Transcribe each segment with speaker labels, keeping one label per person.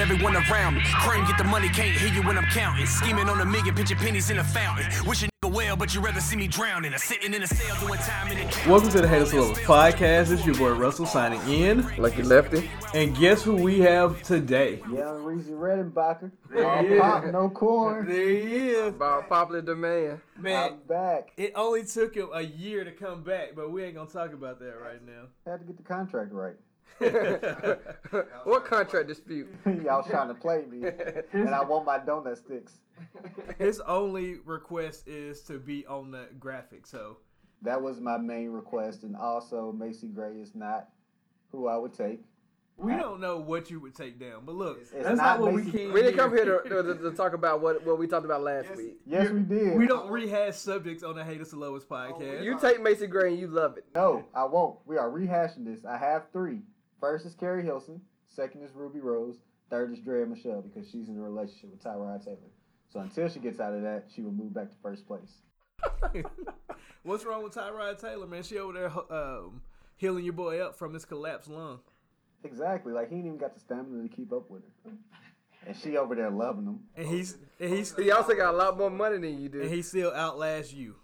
Speaker 1: everyone around me. Crane, get the money, can't hear you when I'm counting. Scheming on a million, pitching pennies in a fountain. Wish a nigga well, but you'd rather see me drowning. Or sitting in a cell doing time in a
Speaker 2: Welcome to the Haters Club podcast. It's your boy Russell signing in.
Speaker 3: Like you left it.
Speaker 2: And guess who we have today?
Speaker 4: Young Reese Redenbacher.
Speaker 2: There he
Speaker 4: All pop,
Speaker 2: is.
Speaker 4: no corn.
Speaker 2: There he is.
Speaker 3: About popular demand.
Speaker 2: Man,
Speaker 4: I'm back.
Speaker 2: it only took him a year to come back, but we ain't going to talk about that right now.
Speaker 4: Had to get the contract right.
Speaker 3: what contract dispute?
Speaker 4: Y'all trying to play me, and I want my donut sticks.
Speaker 2: His only request is to be on the graphic, so.
Speaker 4: That was my main request, and also Macy Gray is not who I would take.
Speaker 2: We don't know what you would take down, but look, that's
Speaker 4: not
Speaker 2: not, what we
Speaker 4: basic-
Speaker 2: came
Speaker 3: We didn't come here to, to, to talk about what, what we talked about last week.
Speaker 4: Yes, we did.
Speaker 2: We don't rehash subjects on the Haters to Lovers podcast.
Speaker 3: You take Macy Gray and you love it.
Speaker 4: No, I won't. We are rehashing this. I have three. First is Carrie Hilson. Second is Ruby Rose. Third is Drea Michelle because she's in a relationship with Tyrod Taylor. So until she gets out of that, she will move back to first place. Oh,
Speaker 2: What's wrong with Tyrod Taylor, man? She over there um, healing your boy up from his collapsed lung.
Speaker 4: Exactly. Like he ain't even got the stamina to keep up with her. And she over there loving him.
Speaker 2: And he's and he's
Speaker 3: He also got a lot more money than you
Speaker 2: and
Speaker 3: do.
Speaker 2: he still outlasts you.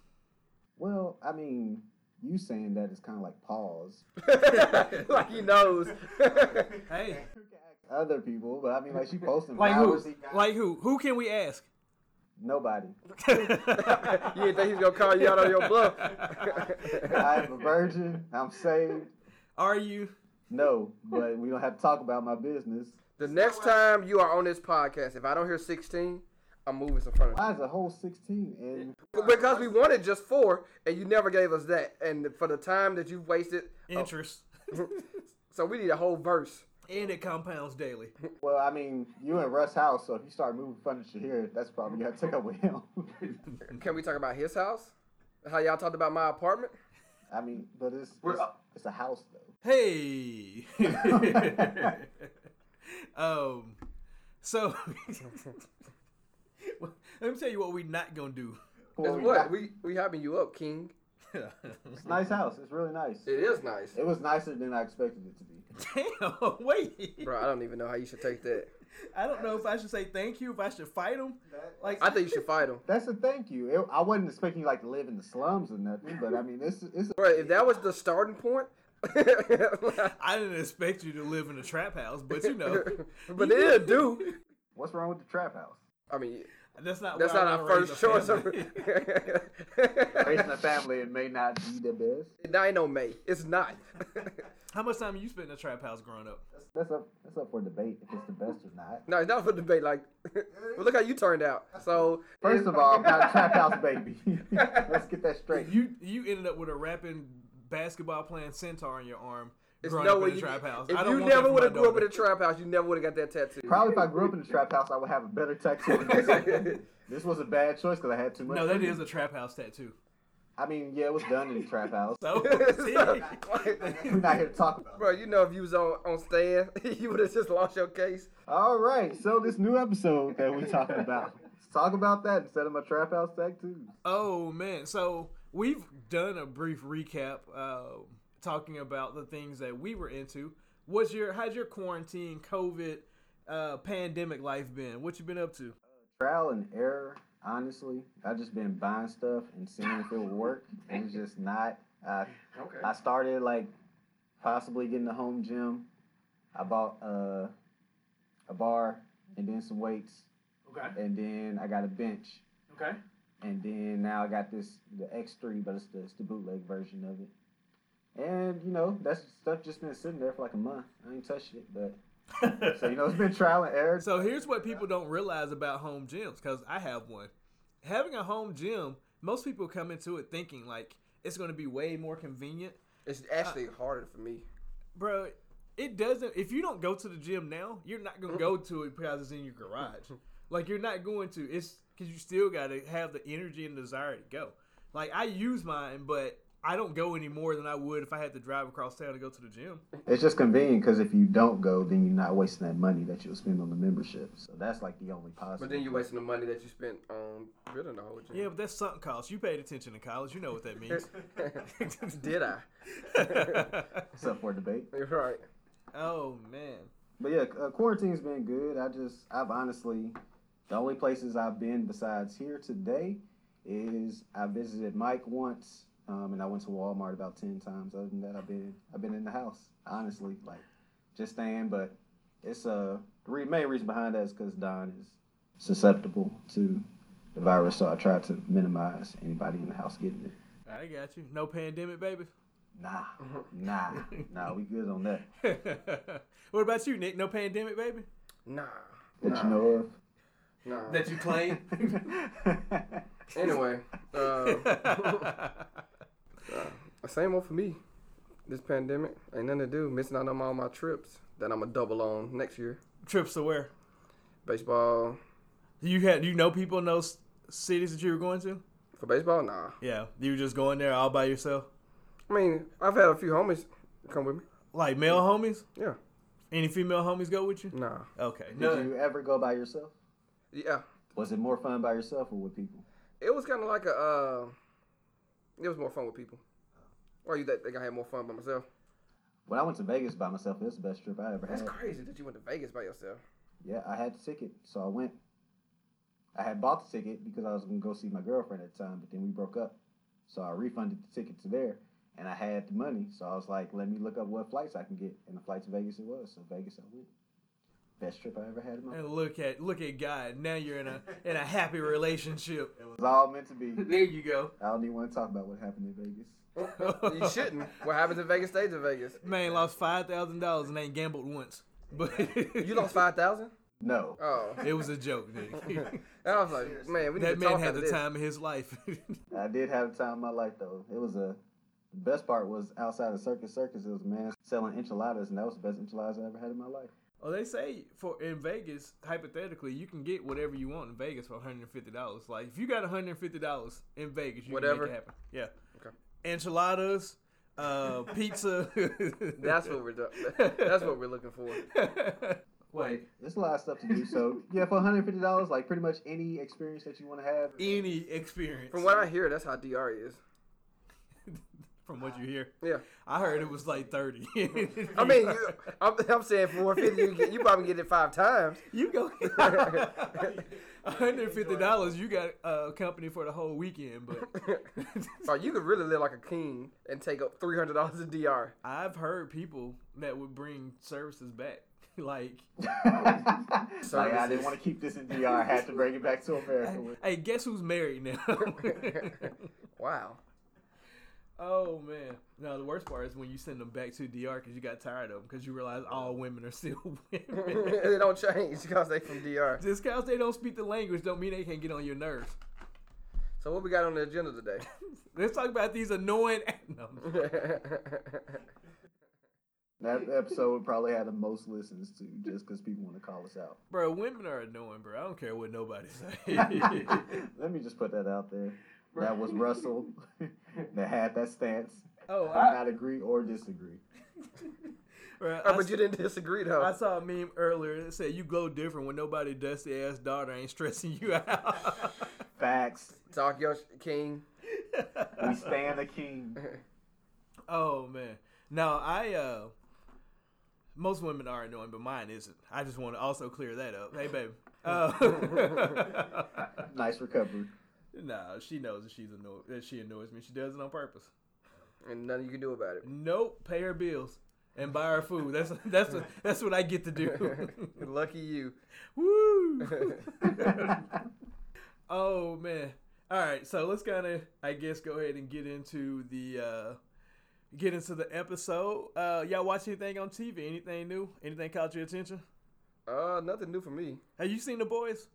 Speaker 4: Well, I mean, you saying that is kind of like pause.
Speaker 3: like he knows.
Speaker 2: Hey,
Speaker 4: Other people, but I mean, like she posting
Speaker 2: like
Speaker 4: flowers.
Speaker 2: who? Like who? Who can we ask?
Speaker 4: nobody.
Speaker 3: you didn't think he's gonna call you out on your bluff.
Speaker 4: I am a virgin. I'm saved.
Speaker 2: Are you?
Speaker 4: No, but we don't have to talk about my business.
Speaker 3: the next time you are on this podcast, if I don't hear 16, I'm moving in front of
Speaker 4: Mine's a whole 16, and
Speaker 3: you. Because we wanted just four, and you never gave us that. And for the time that you wasted, oh,
Speaker 2: Interest.
Speaker 3: so we need a whole verse.
Speaker 2: And it compounds daily.
Speaker 4: well, I mean, you in Russ' house, so if you start moving furniture here, that's probably you have to take up with him.
Speaker 3: Can we talk about his house? How y'all talked about my apartment?
Speaker 4: I mean, but it's it's, it's a house though.
Speaker 2: Hey. um. So let me tell you what we're not gonna do.
Speaker 4: Well,
Speaker 3: It's
Speaker 4: we
Speaker 3: what?
Speaker 4: got-
Speaker 3: We we hyping you up, King.
Speaker 4: it's a nice house. It's really nice.
Speaker 3: It is nice.
Speaker 4: It was nicer than I expected it to be.
Speaker 2: Damn. Wait.
Speaker 3: Bro, I don't even know how you should take that.
Speaker 2: I don't know if I should say thank you, if I should fight him. Like
Speaker 3: I think you should fight him.
Speaker 4: That's a thank you. It, I wasn't expecting you like to live in the slums or nothing, but I mean, it's it's
Speaker 3: Bro, if that was the starting point, but
Speaker 2: I didn't expect you to live in a trap house, but you know,
Speaker 3: it'll do.
Speaker 4: What's wrong with the trap house?
Speaker 3: I mean,
Speaker 2: that's not
Speaker 3: that's
Speaker 2: where I
Speaker 3: not our
Speaker 2: wanna raise
Speaker 3: first
Speaker 2: a
Speaker 3: choice. Of...
Speaker 2: family.
Speaker 4: Raising a family, it may not be the best.
Speaker 3: that ain't no May. It's not.
Speaker 2: How much time you spent in a trap house growing up?
Speaker 4: That's up. That's up for debate if it's the best or not.
Speaker 3: no, it's not for debate. Like, well, look how you turned out. So
Speaker 4: First of all, I'm not a trap house baby. Let's get that straight.
Speaker 2: You you ended up with a rapping basketball playing centaur in your arm.
Speaker 3: it's
Speaker 2: growing
Speaker 3: no
Speaker 2: up
Speaker 3: way
Speaker 2: in a
Speaker 3: you.
Speaker 2: trap house.
Speaker 3: If
Speaker 2: I don't
Speaker 3: you
Speaker 2: want that
Speaker 3: never
Speaker 2: for
Speaker 3: would
Speaker 2: my
Speaker 3: have grew up in
Speaker 2: daughter.
Speaker 3: a trap house, you never would have got that tattoo.
Speaker 4: Probably if I grew up in the trap house, I would have a better tattoo. than this. this was a bad choice because I had too much.
Speaker 2: No, that
Speaker 4: freedom.
Speaker 2: is a trap house tattoo. Oh,
Speaker 4: I mean, yeah, it was done in the trap house.
Speaker 2: So
Speaker 4: We're not here to talk about. it.
Speaker 3: Bro, you know if you was on on stand, you would have just lost your case.
Speaker 4: All right, so this new episode that we're talking about. Let's talk about that instead of my trap house tattoos.
Speaker 2: Oh man, so we've done a brief recap, uh, talking about the things that we were into. What's your how's your quarantine COVID uh, pandemic life been? What you been up to?
Speaker 4: trial and error. Honestly, I've just been buying stuff and seeing if it would work, and it's just not. I I started like possibly getting a home gym. I bought uh, a bar and then some weights,
Speaker 5: Okay.
Speaker 4: and then I got a bench,
Speaker 5: Okay.
Speaker 4: and then now I got this the X3, but it's the, it's the bootleg version of it. And you know that stuff just been sitting there for like a month. I ain't touched it, but so you know it's been trial and error.
Speaker 2: So here's what people don't realize about home gyms, because I have one. Having a home gym, most people come into it thinking like it's going to be way more convenient,
Speaker 3: It's actually harder for me.
Speaker 2: bro. It doesn't. If you don't go to the gym now, you're not going to go to it because it's in your garage. Like you're not going to. It's because you still got to have the energy and desire to go. Like I use mine, but I don't go any more than I would if I had to drive across town to go to the gym.
Speaker 4: It's just convenient because if you don't go, then you're not wasting that money that you'll spend on the membership. So that's like the only positive.
Speaker 3: But then you're wasting the money that you spent on building the whole gym.
Speaker 2: Yeah, but that's sunk cost. You paid attention in college. You know what that means.
Speaker 3: Did I?
Speaker 4: It's up for debate.
Speaker 3: You're right.
Speaker 2: Oh man.
Speaker 4: But yeah, uh, quarantine's been good. I just, I've honestly, the only places I've been besides here today is I visited Mike once, um, and I went to Walmart about ten times. Other than that, I've been, I've been in the house. Honestly, like just staying. But it's uh, the re- main reason behind that is because Don is susceptible to the virus, so I tried to minimize anybody in the house getting it.
Speaker 2: I got you. No pandemic, baby.
Speaker 4: Nah, nah, nah. We good on that.
Speaker 2: what about you, Nick? No pandemic, baby.
Speaker 3: Nah.
Speaker 4: That
Speaker 3: nah,
Speaker 4: you know of.
Speaker 3: Nah.
Speaker 1: That you claim?
Speaker 3: anyway, uh, same old for me. This pandemic ain't nothing to do. Missing out on all my trips that I'm gonna double on next year.
Speaker 2: Trips to where?
Speaker 3: Baseball
Speaker 2: You had you know people in those cities that you were going to?
Speaker 3: for baseball, nah.
Speaker 2: Yeah, you were just going there all by yourself,
Speaker 3: I mean, I've had a few homies come with me.
Speaker 2: like male homies.
Speaker 3: Yeah,
Speaker 2: Any female homies go with you?
Speaker 3: nah.
Speaker 2: Okay,
Speaker 4: Did
Speaker 2: no.
Speaker 4: you ever go by yourself?
Speaker 3: Yeah,
Speaker 4: Was it more fun by yourself or with people?
Speaker 3: it was kind of like a. Uh, it was more fun with people. Or you think think I had more fun by myself?
Speaker 4: When I went to Vegas by myself, it was the best trip I ever
Speaker 3: That's
Speaker 4: had.
Speaker 3: crazy that you went to Vegas by yourself.
Speaker 4: Yeah, I had the ticket, so I went. I had bought the ticket because I was gonna go see my girlfriend at the time, but then we broke up. So I refunded the ticket to there, and I had the money, so I was like, "Let me look up what flights I can get." And the flight to Vegas it was, so Vegas I went. Best trip I ever had in my life.
Speaker 2: And look at look at God. Now you're in a in a happy relationship.
Speaker 4: It was all meant to be.
Speaker 2: There you go,
Speaker 4: I don't even want to talk about what happened in Vegas.
Speaker 3: you shouldn't. What happens in Vegas stays in Vegas.
Speaker 2: man. Lost five thousand dollars and ain't gambled once, but
Speaker 3: You lost five thousand.
Speaker 4: No,
Speaker 3: Oh,
Speaker 2: It was a joke, Nick.
Speaker 3: And I was like, man, we need
Speaker 2: that
Speaker 3: to
Speaker 2: man
Speaker 3: talk
Speaker 2: had
Speaker 3: after
Speaker 2: the
Speaker 3: this.
Speaker 2: time of his life.
Speaker 4: I did have a time of my life though. It was a the best part was outside of Circus Circus. It was a man selling enchiladas, and that was the best enchiladas I ever had in my life.
Speaker 2: well, Oh, they say for in Vegas, hypothetically, you can get whatever you want in Vegas for one hundred and fifty dollars. Like if you got one hundred and fifty dollars in Vegas, you can
Speaker 3: Whatever.
Speaker 2: make it happen. Yeah.
Speaker 3: Okay.
Speaker 2: Enchiladas, uh, pizza.
Speaker 3: That's what we're do- that's what we're looking for.
Speaker 2: Wait,
Speaker 4: There's a lot of stuff to do. So yeah, for 150 dollars, like pretty much any experience that you want to have.
Speaker 2: any experience
Speaker 3: From what I hear, that's how DR is.
Speaker 2: from what you hear?
Speaker 3: Yeah,
Speaker 2: I heard it was like thirty.
Speaker 3: I mean, you, I'm, I'm saying for 150, you, get, you probably get it five times.
Speaker 2: You go. hundred fifty dollars. You got uh, company for the whole weekend, but
Speaker 3: Or you could really live like a king and take up three hundred dollars in DR.
Speaker 2: I've heard people that would bring services back. Like,
Speaker 4: like, I didn't want to keep this in DR. I had to bring it back to America.
Speaker 2: hey, guess who's married now?
Speaker 3: wow.
Speaker 2: oh man! No, the worst part is when you send them back to DR because you got tired of them because you realize all women are still women.
Speaker 3: they don't change because they from DR.
Speaker 2: Just because they don't speak the language, don't mean they can't get on your nerves.
Speaker 3: So what we got on the agenda today? Oh,
Speaker 2: Let's talk about these annoying. No, I'm just-
Speaker 4: That episode probably had the most listens to just because people want to call us out.
Speaker 2: bro, women are annoying, bro. I don't care what nobody say.
Speaker 4: Let me just put that out there. That was Russell that had that stance.
Speaker 2: oh,
Speaker 4: I
Speaker 2: I,
Speaker 4: not agree or disagree.
Speaker 2: bro,
Speaker 3: Oh,
Speaker 2: I
Speaker 3: but you didn't disagree though.
Speaker 2: I saw a meme earlier that said you glow different when nobody dusty ass daughter ain't stressing you out.
Speaker 4: Facts.
Speaker 3: Talk your sh- king.
Speaker 4: We stand the king.
Speaker 2: oh man. Now I uh most women are annoying, but mine isn't. I just want to also clear that up. Hey baby. Uh,
Speaker 4: Nice recovery.
Speaker 2: nah, she knows that she's annoyed that she annoys me. She does it on purpose.
Speaker 3: and nothing you can do about it.
Speaker 2: Nope, pay her bills and buy her food. That's that's that's what I get to do.
Speaker 3: Lucky you.
Speaker 2: Woo! oh man. All right, so let's kind of I guess go ahead and get into the uh get into the episode. Uh y'all watch anything on TV? Anything new? Anything caught your attention?
Speaker 3: Uh, nothing new for me.
Speaker 2: Have you seen The Boys?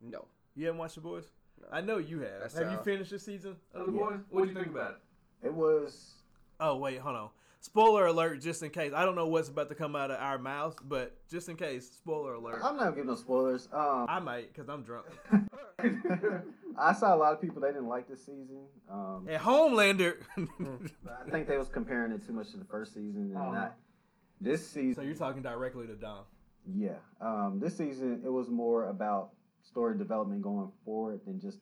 Speaker 3: No.
Speaker 2: You haven't watched The Boys? I know you have.
Speaker 3: That's
Speaker 2: have you
Speaker 3: how-
Speaker 2: finished the season of The
Speaker 4: Yeah.
Speaker 2: Boys? What do you think about it?
Speaker 4: It was
Speaker 2: Oh wait, hold on. Spoiler alert, just in case. I don't know what's about to come out of our mouths, but just in case, spoiler alert.
Speaker 4: I'm not giving no spoilers. Um,
Speaker 2: I might, cause I'm drunk.
Speaker 4: I saw a lot of people they didn't like this season. Um,
Speaker 2: And Homelander.
Speaker 4: I think they was comparing it too much to the first season and not this
Speaker 2: so
Speaker 4: season.
Speaker 2: you're talking directly to Dom.
Speaker 4: yeah, um, this season it was more about story development going forward than just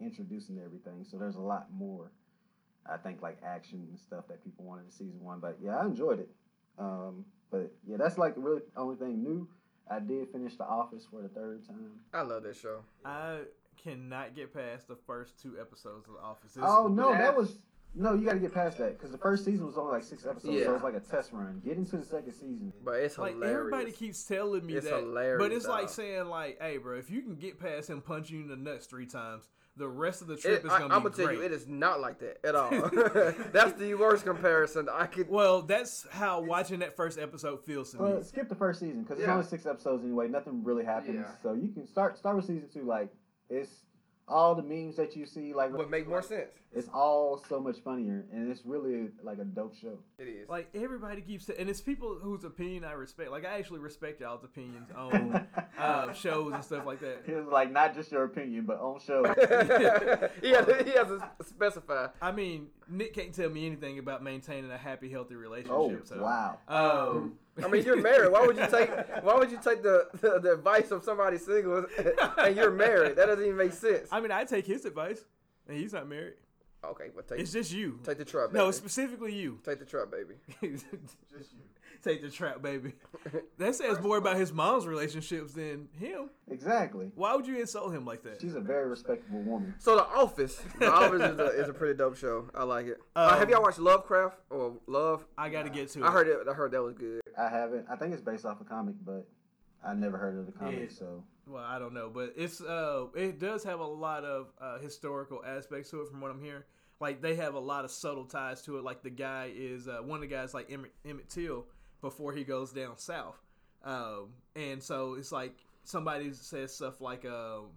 Speaker 4: introducing everything. So there's a lot more. I think like action and stuff that people wanted in season one, but yeah, I enjoyed it. Um, But yeah, that's like really the only thing new. I did finish The Office for the third time.
Speaker 3: I love that show.
Speaker 2: I cannot get past the first two episodes of The Office. It's-
Speaker 4: Oh no,
Speaker 6: that's-
Speaker 4: that was no. You got to get past that because the first season was only like six episodes,
Speaker 3: Yeah.
Speaker 4: so it's like a test run. Get into the second season.
Speaker 3: But it's
Speaker 2: like
Speaker 3: hilarious.
Speaker 2: everybody keeps telling me
Speaker 3: It's
Speaker 2: that,
Speaker 3: hilarious,
Speaker 2: but it's like
Speaker 3: though.
Speaker 2: saying like, "Hey, bro, if you can get past him punching you in the nuts three times, the rest of the
Speaker 3: It,
Speaker 2: trip is
Speaker 3: I,
Speaker 2: gonna
Speaker 3: I'm
Speaker 2: be
Speaker 3: gonna tell
Speaker 2: great."
Speaker 3: you, it is not like that at all. That's the worst comparison I could.
Speaker 2: well, that's how watching that first episode feels to me.
Speaker 4: Well, skip the first season because Oh, it's
Speaker 3: Yeah.
Speaker 4: only six episodes anyway. Nothing really happens,
Speaker 3: Yeah.
Speaker 4: so you can start start with season two. Like it's all the memes that you see, like
Speaker 3: Would make more sense.
Speaker 4: it's all so much funnier, and it's really like a dope show.
Speaker 3: It is.
Speaker 2: Like everybody keeps, and it's people whose opinion I respect. Like I actually respect y'all's opinions on uh, shows and stuff like that.
Speaker 4: It's like not just your opinion, but on show.
Speaker 3: he, has, he has to specify.
Speaker 2: I mean, Nick can't tell me anything about maintaining a happy, healthy relationship.
Speaker 4: oh
Speaker 2: so.
Speaker 4: wow!
Speaker 2: Um,
Speaker 3: I mean, you're married. Why would you take? Why would you take the, the, the advice of somebody single and you're married? That doesn't even make sense.
Speaker 2: I mean, I take his advice, and he's not married.
Speaker 3: Okay, but take
Speaker 2: It's just you.
Speaker 3: take the truck, baby.
Speaker 2: no, specifically you.
Speaker 3: take the truck, baby.
Speaker 2: Take the trap, baby. That says more about his mom's relationships than him.
Speaker 4: Exactly.
Speaker 2: Why would you insult him like that?
Speaker 4: She's a very respectable woman.
Speaker 3: So the Office, the Office is a, is a pretty dope show. I like it. uh,
Speaker 2: Um,
Speaker 3: have y'all watched Lovecraft or Love?
Speaker 2: I gotta get to it.
Speaker 3: I heard it. I heard that was good.
Speaker 4: I haven't. I think it's based off a comic, but I never heard of the comic.
Speaker 2: Yeah.
Speaker 4: So
Speaker 2: Well, I don't know, but it's uh, it does have a lot of uh, historical aspects to it, from what I'm hearing. Like they have a lot of subtle ties to it. Like the guy is uh, one of the guys, like Emmett, Emmett Till, before he goes down south, um, and so it's like somebody says stuff like, um,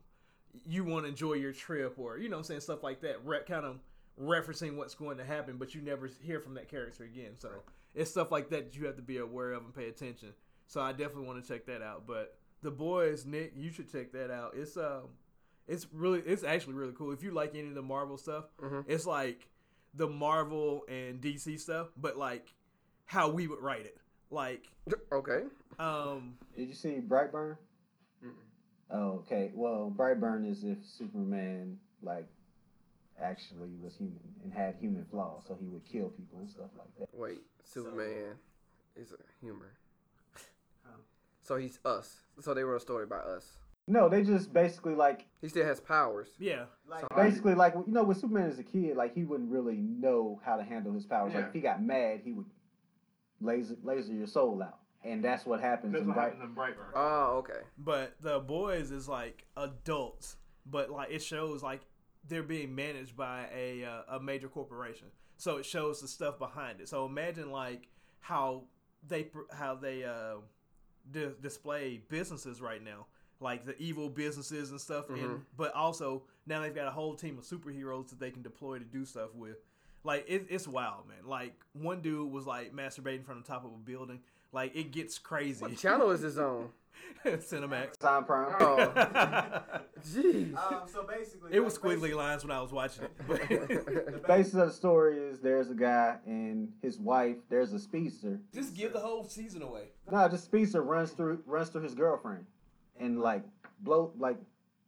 Speaker 2: "You want to enjoy your trip," or you know, what I'm saying stuff like that, re- kind of referencing what's going to happen, but you never hear from that character again. So it's stuff like that, that you have to be aware of and pay attention. So I definitely want to check that out. But the boys, Nick, you should check that out. It's um, it's really, it's actually really cool. If you like any of the Marvel stuff, it's like the Marvel and DC stuff, but like how we would write it. Like,
Speaker 3: Okay.
Speaker 2: um,
Speaker 4: did you see Brightburn? Oh, okay. Well, Brightburn is if Superman like actually was human and had human flaws, so he would kill people and stuff like that.
Speaker 3: Wait, Superman is a humor. So he's us. So they wrote a story about us.
Speaker 4: No, they just basically like
Speaker 3: He still has powers.
Speaker 2: yeah,
Speaker 4: basically like you know when Superman is a kid, like he wouldn't really know how to handle his powers. Like if he got mad, he would laser laser your soul out, and that's what happens. in Bright-
Speaker 3: Oh, okay.
Speaker 2: but the boys is like adults, but like it shows like they're being managed by a uh, a major corporation. So it shows the stuff behind it. So imagine like how they pr- how they uh, di- display businesses right now, like the evil businesses and stuff. And but also now they've got a whole team of superheroes that they can deploy to do stuff with. Like it, it's wild, man. Like one dude was like masturbating from the top of a building. Like it gets crazy.
Speaker 3: What channel is his own?
Speaker 2: Cinemax.
Speaker 4: Time Prime.
Speaker 3: Oh,
Speaker 2: it
Speaker 3: jeez.
Speaker 7: Um, so basically,
Speaker 2: was
Speaker 7: that's basi-
Speaker 2: squiggly lines when I was watching it. But
Speaker 7: the basi-
Speaker 4: basis of the story is there's a guy and his wife. There's a speedster.
Speaker 2: just give the whole season away.
Speaker 4: No, the speedster runs through runs through his girlfriend, and like blow like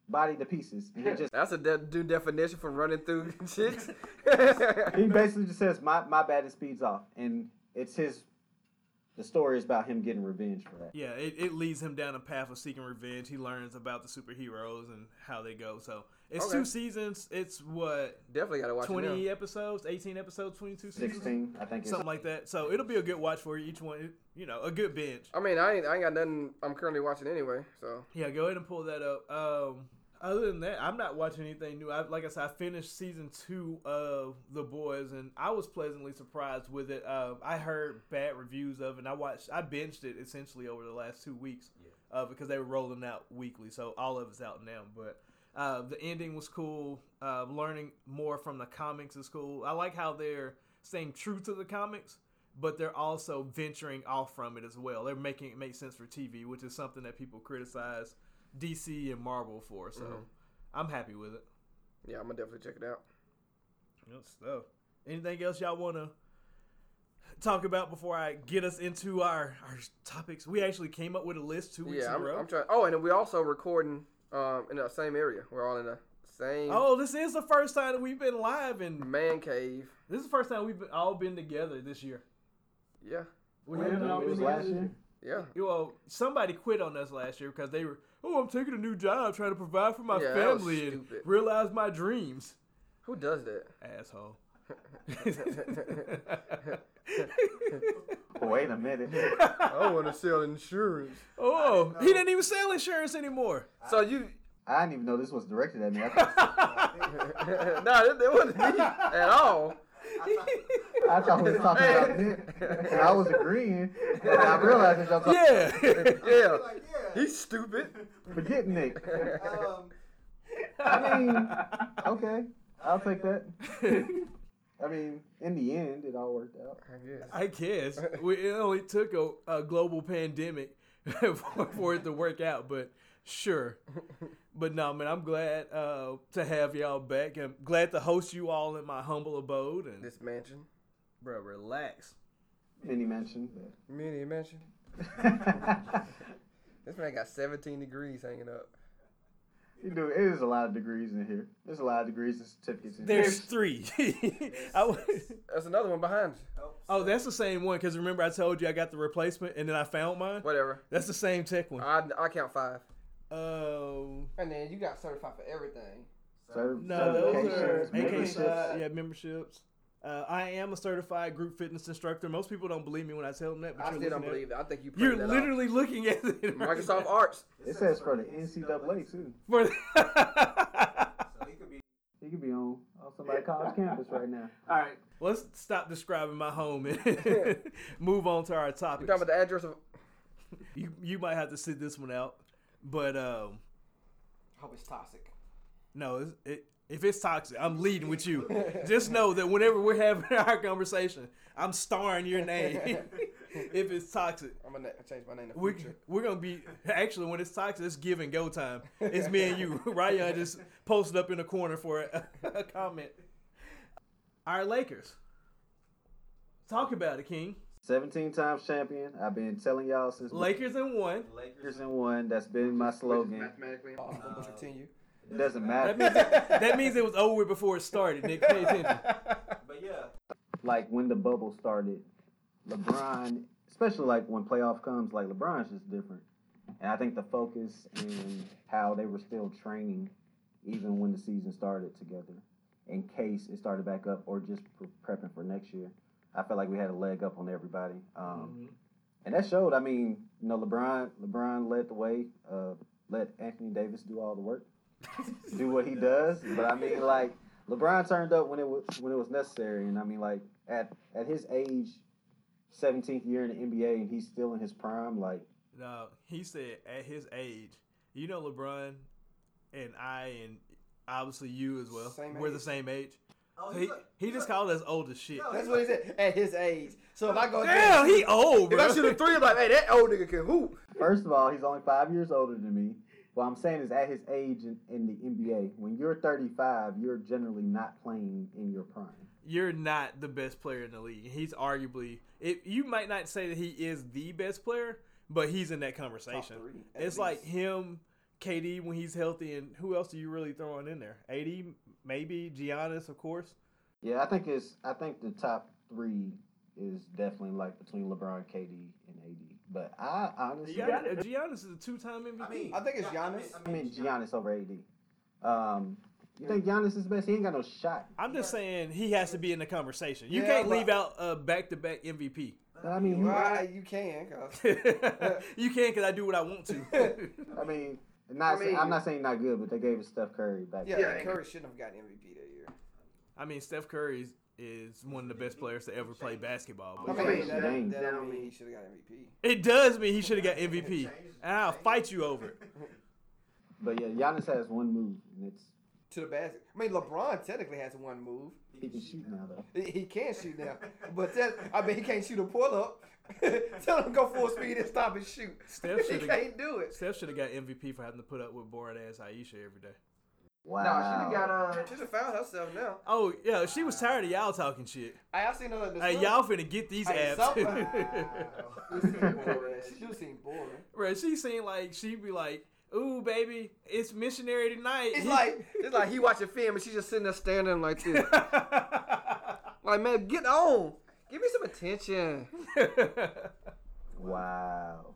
Speaker 4: body to pieces. And he just
Speaker 3: That's a de- new definition for running through chicks.
Speaker 4: he basically just says my my bad and speeds off, and it's his. The story is about him getting revenge for that.
Speaker 2: Yeah, it, it leads him down a path of seeking revenge. He learns about the superheroes and how they go. So it's
Speaker 3: Okay.
Speaker 2: two seasons. It's what
Speaker 3: Definitely gotta watch it now.
Speaker 2: twenty episodes, eighteen episodes, twenty two seasons,
Speaker 4: Sixteen, I think. It's,
Speaker 2: something like that. So it'll be a good watch for you. Each one, you know, a good binge.
Speaker 3: I mean, I ain't, I ain't got nothing. I'm currently watching anyway, so
Speaker 2: Yeah, go ahead and pull that up. Um, other than that, I'm not watching anything new. I, like I said, I finished season two of The Boys, and I was pleasantly surprised with it. Uh, I heard bad reviews of, it, and I watched, I binged it essentially over the last two weeks, uh, because they were rolling out weekly, so all of it's out now. But uh, the ending was cool. Uh, learning more from the comics is cool. I like how they're staying true to the comics, but they're also venturing off from it as well. They're making it make sense for TV, which is something that people criticize DC and Marvel for.
Speaker 3: Mm-hmm.
Speaker 2: So I'm happy with it.
Speaker 3: yeah, I'm gonna definitely check it out.
Speaker 2: Good stuff. Anything else y'all want to talk about before I get us into our, our topics? We actually came up with a list two weeks
Speaker 3: Yeah, I'm,
Speaker 2: ago.
Speaker 3: I'm trying. Oh, and then we also recording um in the same area. We're all in the same
Speaker 2: Oh, this is the first time that we've been live, and
Speaker 3: man cave.
Speaker 2: this is the first time we've been, all been together this year.
Speaker 3: Yeah,
Speaker 2: We
Speaker 4: Wait,
Speaker 2: have
Speaker 4: no,
Speaker 2: no
Speaker 4: it was last year.
Speaker 3: Yeah.
Speaker 2: Well, somebody quit on us last year because they were, oh, I'm taking a new job, trying to provide for my
Speaker 3: Yeah, that was
Speaker 2: family and
Speaker 3: stupid.
Speaker 2: realize my dreams.
Speaker 3: Who does that?
Speaker 2: Asshole.
Speaker 4: Wait a minute.
Speaker 3: I want to sell insurance.
Speaker 2: oh, he didn't even sell insurance anymore.
Speaker 3: So you,
Speaker 4: I didn't even know this was directed at me. I thought,
Speaker 3: nah, it, it wasn't me at all.
Speaker 4: I thought we was talking about this. And I was agreeing. And I realized that y'all talking
Speaker 2: Yeah.
Speaker 3: Yeah,
Speaker 7: Like, yeah.
Speaker 3: he's stupid.
Speaker 4: forget Nick.
Speaker 7: Um,
Speaker 4: I mean, okay. I'll take that. I mean, in the end, it all worked out.
Speaker 3: I guess.
Speaker 2: I guess we, it only took a, a global pandemic for, for it to work out, but sure. But no, man, I'm glad uh, to have y'all back. I'm glad to host you all in my humble abode. And
Speaker 3: This mansion,
Speaker 2: bro, relax.
Speaker 4: Mini mention.
Speaker 3: mini mansion.
Speaker 4: But
Speaker 3: This man got 17 degrees hanging up.
Speaker 4: you know, it is a lot of degrees in here. There's a lot of degrees and certificates in
Speaker 2: There's
Speaker 4: here.
Speaker 2: three. I w-
Speaker 3: That's another one behind you.
Speaker 2: oh, that's the same one. Because remember, I told you I got the replacement, and then I found mine.
Speaker 3: Whatever.
Speaker 2: That's the same tech one.
Speaker 3: I, I count five.
Speaker 2: Um,
Speaker 3: And then you got certified for everything.
Speaker 4: Cer-
Speaker 2: no, those are
Speaker 4: certifications,
Speaker 7: AK
Speaker 2: memberships.
Speaker 4: memberships.
Speaker 2: Yeah, memberships. Uh, I am a certified group fitness instructor. Most people don't believe me when I tell them that. But
Speaker 3: I
Speaker 2: you're
Speaker 3: still don't
Speaker 2: looking at-
Speaker 3: believe it. I think you.
Speaker 2: You're
Speaker 3: printed that off.
Speaker 2: literally looking at it.
Speaker 3: Microsoft Arts.
Speaker 4: It says for the NCAA too.
Speaker 2: For-
Speaker 7: so he could be.
Speaker 4: He could be on on somebody's college campus right now.
Speaker 7: All right.
Speaker 2: Let's stop describing my home and move on to our
Speaker 3: You
Speaker 2: topic.
Speaker 3: talking about the address of?
Speaker 2: You, you might have to sit this one out, but um,
Speaker 7: Hope it's toxic.
Speaker 2: no, it's, it, if it's toxic, I'm leading with you. Just know that whenever we're having our conversation, I'm starring your name. if it's toxic,
Speaker 3: I'm gonna change my name to
Speaker 2: we,
Speaker 3: Future.
Speaker 2: we're gonna be actually when it's toxic, it's give and go time. It's me and you. Ryan just posted up in the corner for a, a comment. Our Lakers. Talk about it, King.
Speaker 4: 17 times champion. I've been telling y'all since
Speaker 2: Lakers in one.
Speaker 7: Lakers.
Speaker 4: Lakers and one. That's been my slogan.
Speaker 3: Mathematically impossible. but Oh, continue.
Speaker 4: It doesn't
Speaker 2: That means
Speaker 4: matter.
Speaker 2: it, that means it was over with before it started. Nick, pay attention.
Speaker 7: But yeah.
Speaker 4: Like when the bubble started, LeBron, especially like when playoff comes, like LeBron's just different. And I think the focus and how they were still training, even when the season started together, in case it started back up or just pre- prepping for next year. I felt like we had a leg up on everybody. Um, and that showed. I mean, you know, LeBron, LeBron led the way. Uh, let Anthony Davis do all the work, do what he does. But I mean, like LeBron turned up when it was when it was necessary. And I mean, like at at his age, seventeenth year in the NBA, and he's still in his prime. Like
Speaker 2: No, he said at his age, you know, LeBron and I and obviously you as well.
Speaker 3: Same
Speaker 2: we're the
Speaker 3: age.
Speaker 2: same age.
Speaker 7: Oh,
Speaker 2: He, he just called us old as shit.
Speaker 7: No,
Speaker 3: That's what he said at his age. So if I go
Speaker 2: Damn, he old,
Speaker 3: if
Speaker 2: bro.
Speaker 3: I shoot a three, I'm like, hey, that old nigga can hoop.
Speaker 4: First of all, he's only five years older than me. What I'm saying is, at his age in, in the NBA, when you're 35, you're generally not playing in your prime.
Speaker 2: You're not the best player in the league. He's arguably, it, you might not say that he is the best player, but he's in that conversation.
Speaker 3: three, at
Speaker 2: it's like
Speaker 3: least.
Speaker 2: him, KD when he's healthy, and who else are you really throwing in there? AD, maybe Giannis, of course.
Speaker 4: Yeah, I think it's. I think the top three is definitely like between LeBron, KD, and AD. But I honestly,
Speaker 2: Giannis, Giannis is a two-time MVP.
Speaker 7: I mean,
Speaker 3: I think it's Giannis.
Speaker 4: I mean Giannis over AD. Um, you think Giannis is the best? He ain't got no shot.
Speaker 2: I'm just saying he has to be in the conversation. You
Speaker 3: Yeah,
Speaker 2: can't
Speaker 3: but-
Speaker 2: leave out a back-to-back MVP.
Speaker 4: But I mean,
Speaker 3: Right, you can. 'cause-
Speaker 2: you can't because I do what I want to.
Speaker 4: I mean, not.
Speaker 3: I mean-
Speaker 4: I'm not saying not good, but they gave us Steph Curry back.
Speaker 3: Yeah,
Speaker 4: then.
Speaker 3: Curry shouldn't have gotten MVP that year.
Speaker 2: I mean, Steph Curry is, is one of the best players to ever play basketball.
Speaker 3: I
Speaker 2: But
Speaker 3: mean,
Speaker 4: James.
Speaker 3: that, don't-
Speaker 4: James.
Speaker 3: that don't mean he should have got MVP.
Speaker 2: it does mean he should have got MVP, and I'll fight you over it.
Speaker 4: But yeah, Giannis has one move, and it's
Speaker 3: To the basket. I mean, LeBron technically has one move.
Speaker 4: he can shoot now though.
Speaker 3: He, he can shoot now, but that, I mean, he can't shoot a pull up. Tell him go full speed and stop and shoot.
Speaker 2: Steph
Speaker 3: he
Speaker 2: shoulda-
Speaker 3: can't do it.
Speaker 2: Steph should have got MVP for having to put up with bored ass Aisha every day.
Speaker 4: Wow.
Speaker 3: She uh, have found herself now.
Speaker 2: Oh yeah, she was tired of y'all talking shit.
Speaker 3: Hey, I seen her. in the
Speaker 2: Hey,
Speaker 3: slip.
Speaker 2: y'all finna get these
Speaker 3: Hey,
Speaker 2: apps.
Speaker 3: She seem boring. She do seem boring.
Speaker 2: Bro, she seemed like she'd be like, "Ooh, baby, it's missionary tonight."
Speaker 3: It's like it's like he watching film and she just sitting there standing like this. like man, get on. Give me some attention.
Speaker 4: Wow.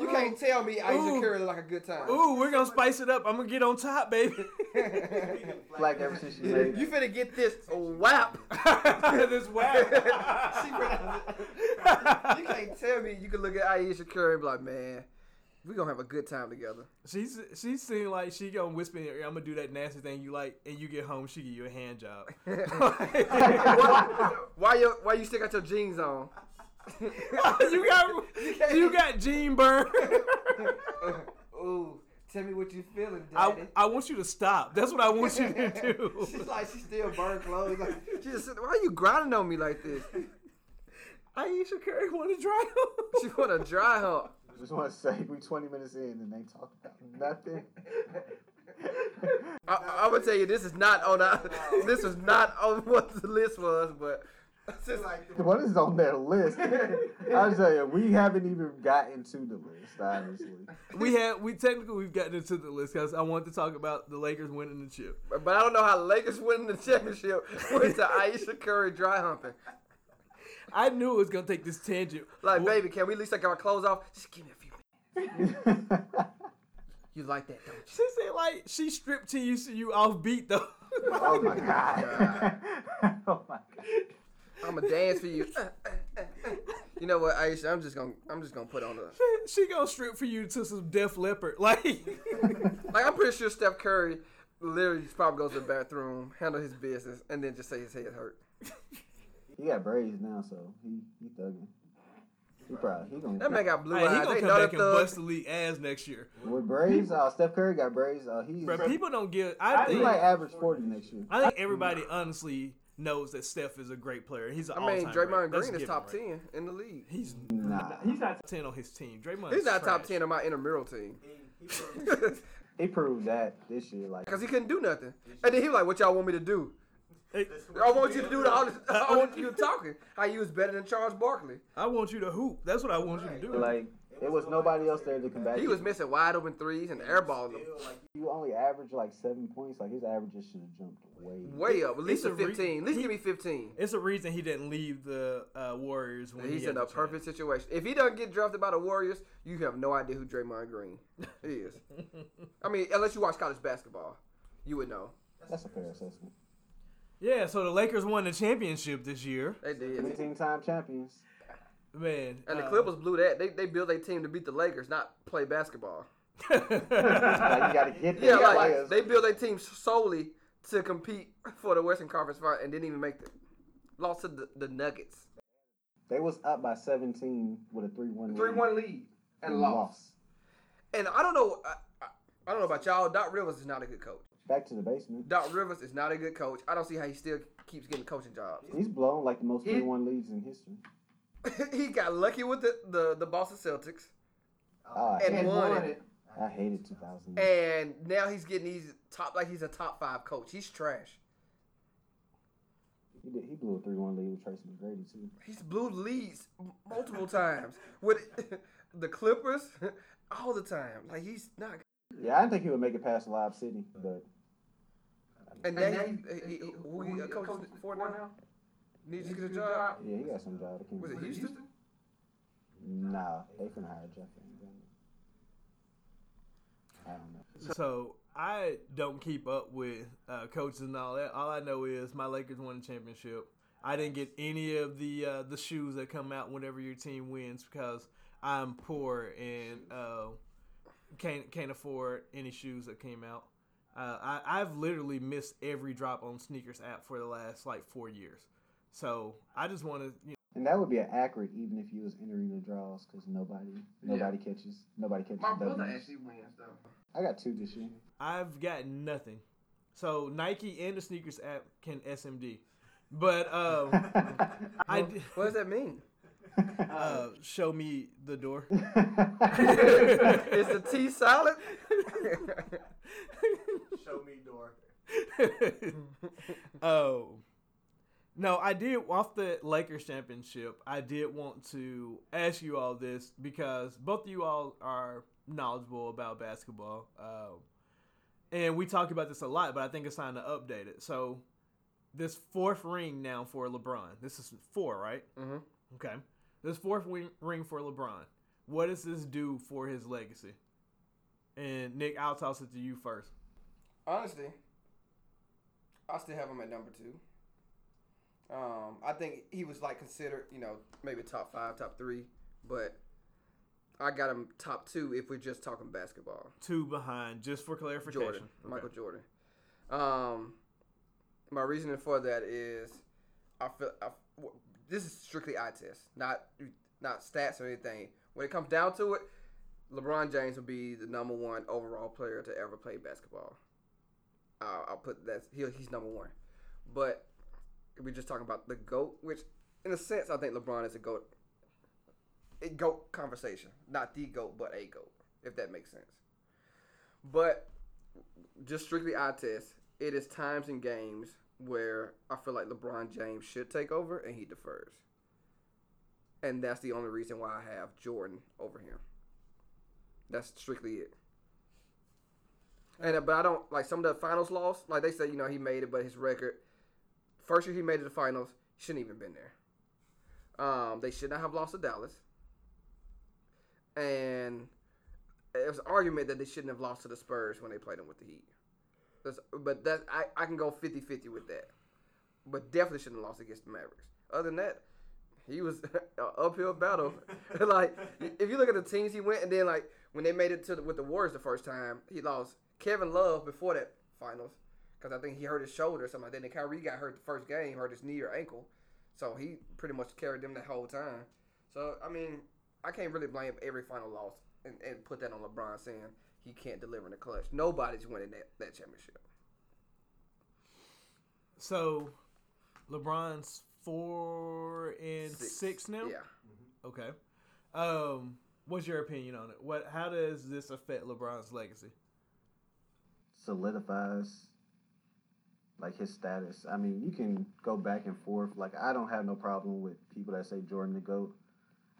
Speaker 3: You can't tell me I used
Speaker 2: Ooh.
Speaker 3: to carry like a good time.
Speaker 2: Ooh, we're gonna spice it up. I'm gonna get on top, baby.
Speaker 4: Like ever since you made
Speaker 3: You finna get this whap.
Speaker 2: this whack.
Speaker 3: She pronounced it. you can't tell me you can look at Aisha Curry and be like, man, we gonna have a good time together.
Speaker 2: She's she seemed like she gonna whisper in your ear, I'm gonna do that nasty thing you like, and you get home, she give you a hand job.
Speaker 3: why, why you why you still got your jeans on?
Speaker 2: you got you got Gene burn.
Speaker 8: Ooh, tell me what you feeling,
Speaker 2: I,
Speaker 8: daddy.
Speaker 2: I want you to stop. That's what I want you to do.
Speaker 8: She's like she still burn clothes. Like,
Speaker 3: She just said, why are you grinding on me like this?
Speaker 2: Aisha Curry want to dry him.
Speaker 3: She want a dry hump.
Speaker 4: I just want to say we 20 minutes in and they talk about nothing.
Speaker 3: I, I would tell you this is not on our, this was not on what the list was, but since
Speaker 4: what is on their list? I'll tell you, we haven't even gotten to the list, honestly.
Speaker 2: we had we technically we've gotten into the list because I wanted to talk about the Lakers winning the chip.
Speaker 3: but I don't know how Lakers winning the championship went to Aisha Curry dry humping.
Speaker 2: I knew it was gonna take this tangent.
Speaker 3: Like, baby, can we at least take our clothes off? Just give me a few minutes. You like that, don't
Speaker 2: She said like she stripped to you so you off beat though.
Speaker 4: oh my god. oh my god.
Speaker 3: you? I'ma dance for you. you know what, Aisha? I'm just gonna I'm just gonna put on a
Speaker 2: she gonna strip for you to some Def Leppard. Like
Speaker 3: Like I'm pretty sure Steph Curry literally just probably goes to the bathroom, handle his business, and then just say his head hurt.
Speaker 4: He got braids now, so he he thugging. He probably he gonna
Speaker 3: That man got blue
Speaker 2: Hey, he
Speaker 3: eyes.
Speaker 2: gonna
Speaker 3: They
Speaker 2: come
Speaker 3: know
Speaker 2: back
Speaker 3: that
Speaker 2: and
Speaker 3: thug.
Speaker 2: bust the league ass next year.
Speaker 4: with braids. Uh, Steph Curry got braids. Uh, he's
Speaker 2: Bruh, people don't give. I
Speaker 4: he
Speaker 2: think
Speaker 4: might average 40 next year.
Speaker 2: I think everybody honestly knows that Steph is a great player. He's an
Speaker 3: I mean,
Speaker 2: all-time great.
Speaker 3: Draymond
Speaker 2: That's
Speaker 3: Green
Speaker 2: given,
Speaker 3: is top
Speaker 2: right?
Speaker 3: ten in the league.
Speaker 2: He's
Speaker 4: Nah,
Speaker 7: He's not.
Speaker 2: ten on his team. Draymond.
Speaker 3: He's
Speaker 2: is
Speaker 3: not top
Speaker 2: trash.
Speaker 3: ten on my intramural team
Speaker 7: He, he proved
Speaker 3: because
Speaker 4: he proved that this year. Like
Speaker 3: he couldn't do nothing. And then he was like, "What y'all want me to do?
Speaker 2: Hey,
Speaker 3: I want you to do the all this. I want you talking. How you was better than Charles Barkley?
Speaker 2: I want you to hoop. That's what I want you to do.
Speaker 4: like it was nobody else there to combat.
Speaker 3: He
Speaker 4: you.
Speaker 3: was missing wide open threes and airballing them
Speaker 7: still like
Speaker 4: you only average like seven points. Like his averages should have jumped way.
Speaker 3: way up. At
Speaker 2: It's
Speaker 3: least a
Speaker 2: a re-
Speaker 3: fifteen. At least give me fifteen.
Speaker 2: it's a reason he didn't leave the uh, Warriors when
Speaker 3: He's
Speaker 2: he had
Speaker 3: in
Speaker 2: the
Speaker 3: a perfect situation. If he doesn't get drafted by the Warriors, you have no idea who Draymond Green is. I mean, unless you watch college basketball, you would know.
Speaker 4: That's a fair assessment.
Speaker 2: chance. Yeah, so the Lakers won the championship this year.
Speaker 3: They did.
Speaker 4: 18 time champions.
Speaker 2: Man,
Speaker 3: And the
Speaker 2: uh,
Speaker 3: Clippers blew that. They, they built their team to beat the Lakers, not play basketball.
Speaker 4: Like you gotta get
Speaker 3: Yeah,
Speaker 4: there.
Speaker 3: like they built their team solely to compete for the Western Conference final and didn't even make the lost to the, the Nuggets.
Speaker 4: they was up by 17 with a 3-1 lead.
Speaker 3: lead
Speaker 4: and lost.
Speaker 3: And I don't know. I, I, I don't know about y'all. Doc Rivers is not a good coach.
Speaker 4: Back to the basement.
Speaker 3: Doc Rivers is not a good coach. I don't see how he still keeps getting coaching jobs.
Speaker 4: He's blown like the most
Speaker 3: He-
Speaker 4: 3-1 leads in history.
Speaker 3: he got lucky with the, the, the Boston Celtics
Speaker 4: Oh, I,
Speaker 3: and,
Speaker 4: hate it.
Speaker 3: won, it.
Speaker 4: I hated 2000.
Speaker 3: And now he's getting these top like he's a top five coach. He's trash.
Speaker 4: He, did, he blew a 3-1 lead with Tracy McGrady too.
Speaker 3: He's blew leads multiple times with the Clippers all the time. Like he's not.
Speaker 4: Yeah, I didn't think he would make it past Live City, but
Speaker 3: And then he, he, he, who he a coach for now. Needs to get a job.
Speaker 4: yeah, he got some job. I can't
Speaker 3: Was it
Speaker 4: remember.
Speaker 3: Houston?
Speaker 4: Nah, they finna hire Jeff. Van Gundy. I don't know.
Speaker 2: So I don't keep up with uh, coaches and all that. All I know is my Lakers won the championship. I didn't get any of the uh, the shoes that come out whenever your team wins because I'm poor and uh, can't can't afford any shoes that came out. Uh, I, I've literally missed every drop on sneakers app for the last like four years. So I just want to. You
Speaker 4: And that would be an accurate even if you was entering the draws because nobody nobody catches nobody catches. W's.
Speaker 3: wins though.
Speaker 4: I got two this year.
Speaker 2: I've got nothing. So Nike and the sneakers app can SMD, but um, I. d-
Speaker 3: What does that mean?
Speaker 2: uh, show me the door.
Speaker 3: Is the T solid?
Speaker 7: show me door.
Speaker 2: oh. No, I did off the Lakers championship. I did want to ask you all this because both of you all are knowledgeable about basketball, um, and we talk about this a lot. But I think it's time to update it. So, this fourth ring now for LeBron. This is four, right?
Speaker 3: Mhm.
Speaker 2: Okay. This fourth wing, ring for LeBron. What does this do for his legacy? And Nick, I'll toss it to you first.
Speaker 3: Honestly, I still have him at number two. Um, I think he was like considered, you know, maybe top five, top three, but I got him top two if we're just talking basketball.
Speaker 2: Two behind, just for clarification.
Speaker 3: Jordan,
Speaker 2: Okay.
Speaker 3: Michael Jordan. Um, my reasoning for that is, I feel I, w- this is strictly eye test, not not stats or anything. When it comes down to it, LeBron James will be the number one overall player to ever play basketball. I'll, I'll put that he he's number one, but we're just talking about the goat, which in a sense I think LeBron is a goat. A goat conversation, not the goat, but a goat, if that makes sense. But just strictly eye test, it is times and games where I feel like LeBron James should take over and he defers. And that's the only reason why I have Jordan over him. That's strictly it. And uh, but I don't like some of the finals loss. Like they say, you know, he made it, but his record first year he made it to the finals shouldn't even been there. Um, they should not have lost to Dallas. And it was an argument that they shouldn't have lost to the Spurs when they played them with the Heat. That's, but that I, I can go 50-50 with that. But definitely shouldn't have lost against the Mavericks. Other than that, he was an uphill battle. like if you look at the teams he went, and then like when they made it to the, with the Warriors the first time, he lost Kevin Love before that finals because I think he hurt his shoulder or something like that. And Kyrie got hurt the first game, hurt his knee or ankle, so he pretty much carried them the whole time. So I mean, I can't really blame every final loss and, and put that on LeBron saying he can't deliver in the clutch. Nobody's winning that, that championship.
Speaker 2: So, LeBron's four and six, now.
Speaker 3: Yeah.
Speaker 2: Okay. Um, what's your opinion on it? What? How does this affect LeBron's legacy?
Speaker 4: solidifies like his status. I mean, you can go back and forth. Like I don't have no problem with people that say Jordan the goat.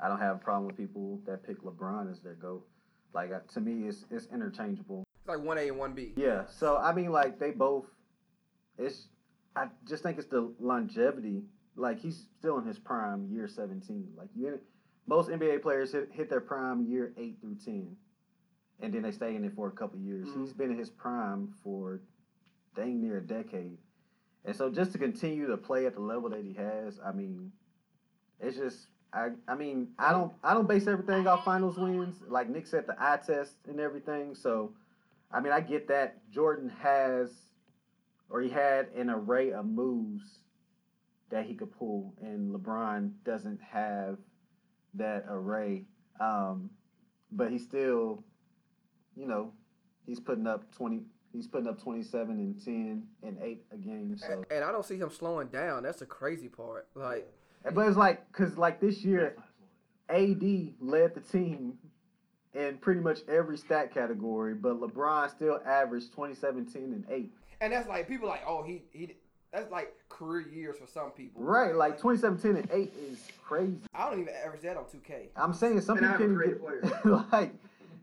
Speaker 4: I don't have a problem with people that pick LeBron as their goat. Like uh, to me, it's it's interchangeable.
Speaker 3: It's like one A and one B.
Speaker 4: Yeah. So I mean, like they both. It's. I just think it's the longevity. Like he's still in his prime, year seventeen. Like you, most NBA players hit, hit their prime year eight through ten, and then they stay in it for a couple years. He's been in his prime for, dang near a decade, and so just to continue to play at the level that he has, I mean, it's just. I, I mean I don't I don't base everything off finals wins like Nick said the eye test and everything so I mean, I get that Jordan has, or he had an array of moves that he could pull, and LeBron doesn't have that array. Um, but he still, you know, he's putting up twenty. He's putting up twenty-seven and ten and eight a game. So,
Speaker 3: And I don't see him slowing down. That's the crazy part. Like
Speaker 4: but it's like, cause like this year, AD led the team in pretty much every stat category, but LeBron still averaged 27, 10, and eight.
Speaker 3: And that's like people like, oh, he he. That's like career years for some people.
Speaker 4: Right, like 2017 and 8 is crazy.
Speaker 3: I don't even average that on 2K.
Speaker 4: I'm saying something
Speaker 8: And I'm a
Speaker 4: can
Speaker 8: great
Speaker 4: get, like,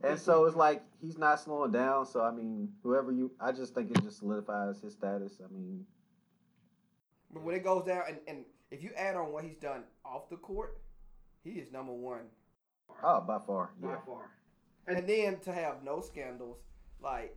Speaker 4: and so it's like he's not slowing down. So I mean, whoever you, I just think it just solidifies his status. I mean,
Speaker 3: But when it goes down, and, and if you add on what he's done off the court, he is number one.
Speaker 4: oh, by far, yeah.
Speaker 8: By far.
Speaker 3: And, then to have no scandals, like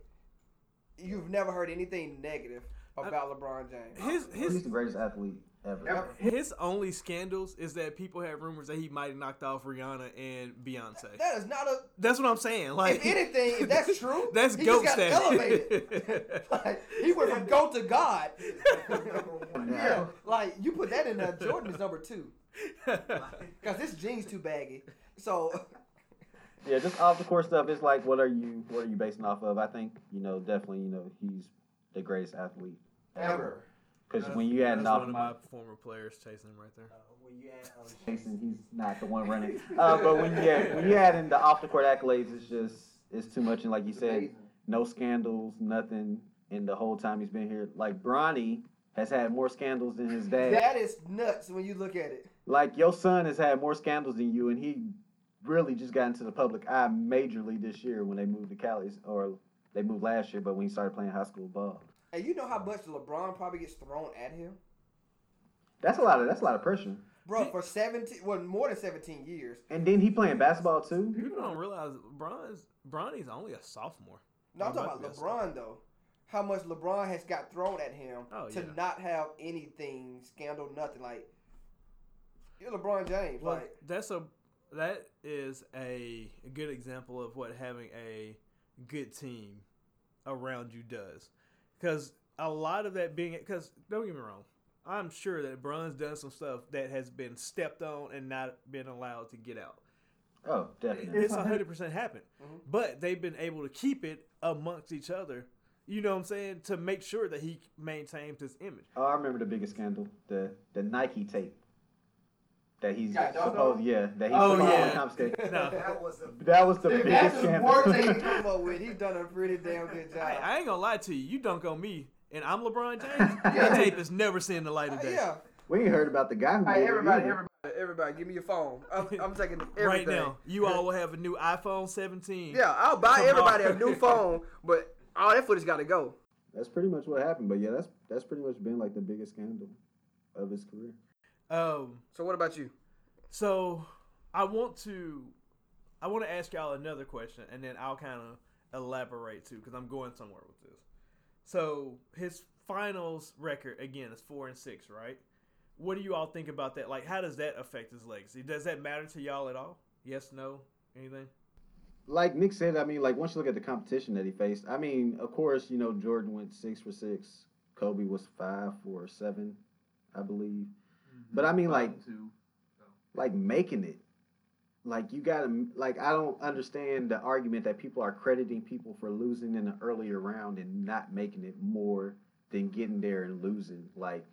Speaker 3: you've never heard anything negative about LeBron James.
Speaker 2: His
Speaker 4: He's
Speaker 2: his
Speaker 4: the greatest athlete ever.
Speaker 8: Ever.
Speaker 2: his only scandals is that people have rumors that he might have knocked off Rihanna and Beyonce.
Speaker 3: That is not a.
Speaker 2: That's what I'm saying. Like
Speaker 3: If anything, if that's true,
Speaker 2: that's
Speaker 3: he
Speaker 2: goat
Speaker 3: just got
Speaker 2: status.
Speaker 3: elevated. Like, he went from goat to God. yeah, like you put that in there. Jordan is number two because this jeans too baggy. So
Speaker 4: Yeah, just off the court stuff. It's like, what are you, what are you basing off of? I think you know, definitely, you know, he's the greatest athlete
Speaker 3: ever.
Speaker 4: because when you add
Speaker 2: That's
Speaker 4: off
Speaker 2: one of my former players chasing him right there.
Speaker 7: When you add, um,
Speaker 4: Jason, he's not the one running. Uh, but when you add, when you add in the off the court accolades, it's just it's too much. And like you said, no scandals, nothing. in the whole time he's been here, like Bronny has had more scandals than his dad.
Speaker 3: That is nuts when you look at it.
Speaker 4: Like your son has had more scandals than you, and he really just got into the public eye majorly this year when they moved to Cali, or they moved last year, but when he started playing high school ball.
Speaker 3: And you know how much LeBron probably gets thrown at him?
Speaker 4: That's a lot of that's a lot of pressure.
Speaker 2: pe-
Speaker 8: bro, for seventeen, well, more than seventeen years.
Speaker 4: And then he playing basketball too.
Speaker 2: people don't realize Bron's Bronny's only a sophomore.
Speaker 8: No, I'm
Speaker 2: He
Speaker 8: talking
Speaker 2: might
Speaker 8: about
Speaker 2: be a
Speaker 8: LeBron though. How much LeBron has got thrown at him
Speaker 2: Oh,
Speaker 8: to
Speaker 2: yeah.
Speaker 8: not have anything scandal, nothing like. You're LeBron James,
Speaker 2: Well,
Speaker 8: like
Speaker 2: that's a that is a, a good example of what having a good team around you does, because a lot of that being because don't get me wrong, I'm sure that Bron's done some stuff that has been stepped on and not been allowed to get out.
Speaker 4: Oh, definitely.
Speaker 2: It's hundred percent happened,
Speaker 8: Mm-hmm.
Speaker 2: but they've been able to keep it amongst each other. You know what I'm saying to make sure that he maintains his image.
Speaker 4: Oh, I remember the biggest scandal, the the Nike tape that he's
Speaker 8: Yeah, Dodo?
Speaker 4: supposed, yeah, that he's
Speaker 2: Oh,
Speaker 4: supposed
Speaker 2: yeah.
Speaker 4: to confiscate.
Speaker 2: Now,
Speaker 7: That was a
Speaker 4: That was the
Speaker 8: that's
Speaker 4: biggest
Speaker 8: the worst thing he
Speaker 4: scandal.
Speaker 8: come up with. He's done a pretty damn good job.
Speaker 2: I, I ain't gonna lie to you. You dunk on me, and I'm LeBron James. That tape is never seen the light of day.
Speaker 8: yeah,
Speaker 4: we ain't heard about the guy who.
Speaker 3: Hey,
Speaker 4: did it
Speaker 3: everybody,
Speaker 4: either.
Speaker 3: everybody, uh, everybody, give me your phone. I'm, I'm taking everything.
Speaker 2: Right now, you all will have a new iPhone 17.
Speaker 3: Yeah, I'll buy
Speaker 2: Tomorrow.
Speaker 3: everybody a new phone, but all that footage got to go.
Speaker 4: That's pretty much what happened. But yeah, that's that's pretty much been like the biggest scandal of his career.
Speaker 2: Um.
Speaker 3: So what about you?
Speaker 2: So, I want to, I want to ask y'all another question, and then I'll kind of elaborate too, because I'm going somewhere with this. So his finals record again is four and six, right? What do you all think about that? Like, how does that affect his legacy? Does that matter to y'all at all? Yes, no, anything?
Speaker 4: Like Nick said, I mean, like once you look at the competition that he faced, I mean, of course, you know, Jordan went six for six. Kobe was five for seven, I believe.
Speaker 3: Mm-hmm.
Speaker 4: But I mean, like,
Speaker 7: two.
Speaker 4: like making it. Like you gotta like I don't understand the argument that people are crediting people for losing in an earlier round and not making it more than getting there and losing. Like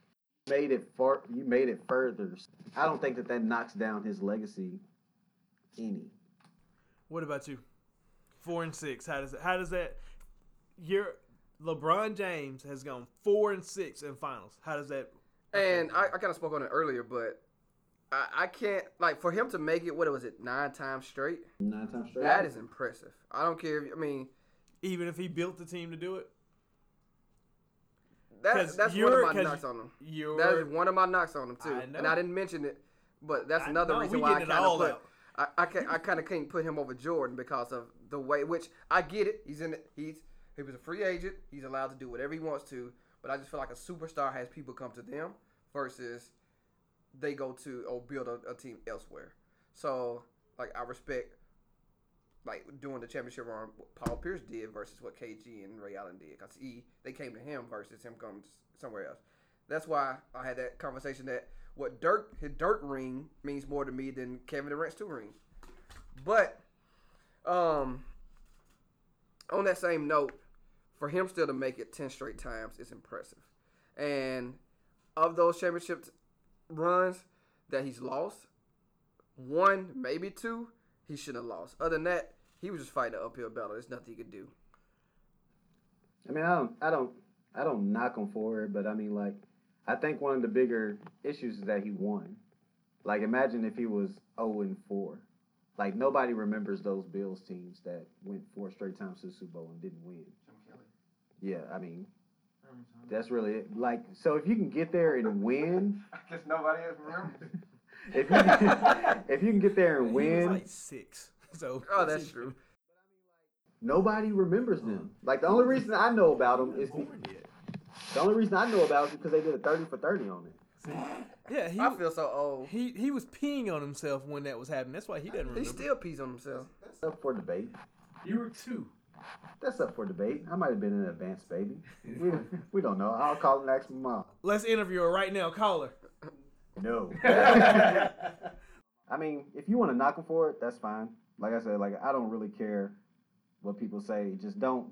Speaker 4: you made it far, you made it further. I don't think that that knocks down his legacy any.
Speaker 2: What about you? Four and six. How does it, how does that? Your LeBron James has gone four and six in finals. How does that?
Speaker 3: And I, I kind of spoke on it earlier, but I, I can't like for him to make it. What was it? Nine times straight.
Speaker 4: Nine times straight.
Speaker 3: That is impressive. I don't care. If, I mean,
Speaker 2: Even if he built the team to do it,
Speaker 3: that,
Speaker 2: 'Cause
Speaker 3: that's one
Speaker 2: you're-
Speaker 3: of my
Speaker 2: 'cause
Speaker 3: knocks on him.
Speaker 2: you're-
Speaker 3: That is one of my knocks on him too.
Speaker 2: I
Speaker 3: And
Speaker 2: know.
Speaker 3: I didn't mention it, but that's
Speaker 2: I-
Speaker 3: another
Speaker 2: no,
Speaker 3: reason
Speaker 2: we
Speaker 3: why I
Speaker 2: getting
Speaker 3: kind
Speaker 2: it all
Speaker 3: of put.
Speaker 2: out.
Speaker 3: I, I can I kind of can't put him over Jordan because of the way which I get it. He's in it. He's he was a free agent. He's allowed to do whatever he wants to. But I just feel like a superstar has people come to them versus they go to or build a, a team elsewhere. So like I respect like doing the championship run what Paul Pierce did versus what KG and Ray Allen did because he they came to him versus him going s- somewhere else. That's why I had that conversation that what Dirk his Dirk ring means more to me than Kevin Durant's two rings. But um, on that same note, for him still to make it ten straight times is impressive. And of those championship runs that he's lost, one maybe two he shouldn't have lost. Other than that, he was just fighting an uphill battle. There's nothing he could do.
Speaker 4: I mean, I don't, I don't, I don't knock him for it, but I mean, like, I think one of the bigger issues is that he won. Like, imagine if he was zero and four. Like, nobody remembers those Bills teams that went four straight times to the Super Bowl and didn't win. Yeah, I mean, that's really it. Like, so if you can get there and win,
Speaker 7: Guess nobody else remembers.
Speaker 4: if you can, if you can get there and
Speaker 2: he was
Speaker 4: win,
Speaker 2: like six. So
Speaker 3: Oh, that's true.
Speaker 4: nobody remembers them. Like, the only reason I know about them is be- the only reason I know about it is because they did a thirty for thirty on it.
Speaker 2: Yeah, he,
Speaker 3: I feel so old.
Speaker 2: he he was peeing on himself when that was happening. That's why he doesn't remember.
Speaker 3: He still pees on himself.
Speaker 4: That's up for debate.
Speaker 2: you were two.
Speaker 4: That's up for debate. I might have been an advanced baby. We, we don't know. I'll call and ask my mom.
Speaker 2: Let's interview her right now. Call her.
Speaker 4: No. I mean, if you want to knock him for it, that's fine. Like I said, like I don't really care what people say. Just don't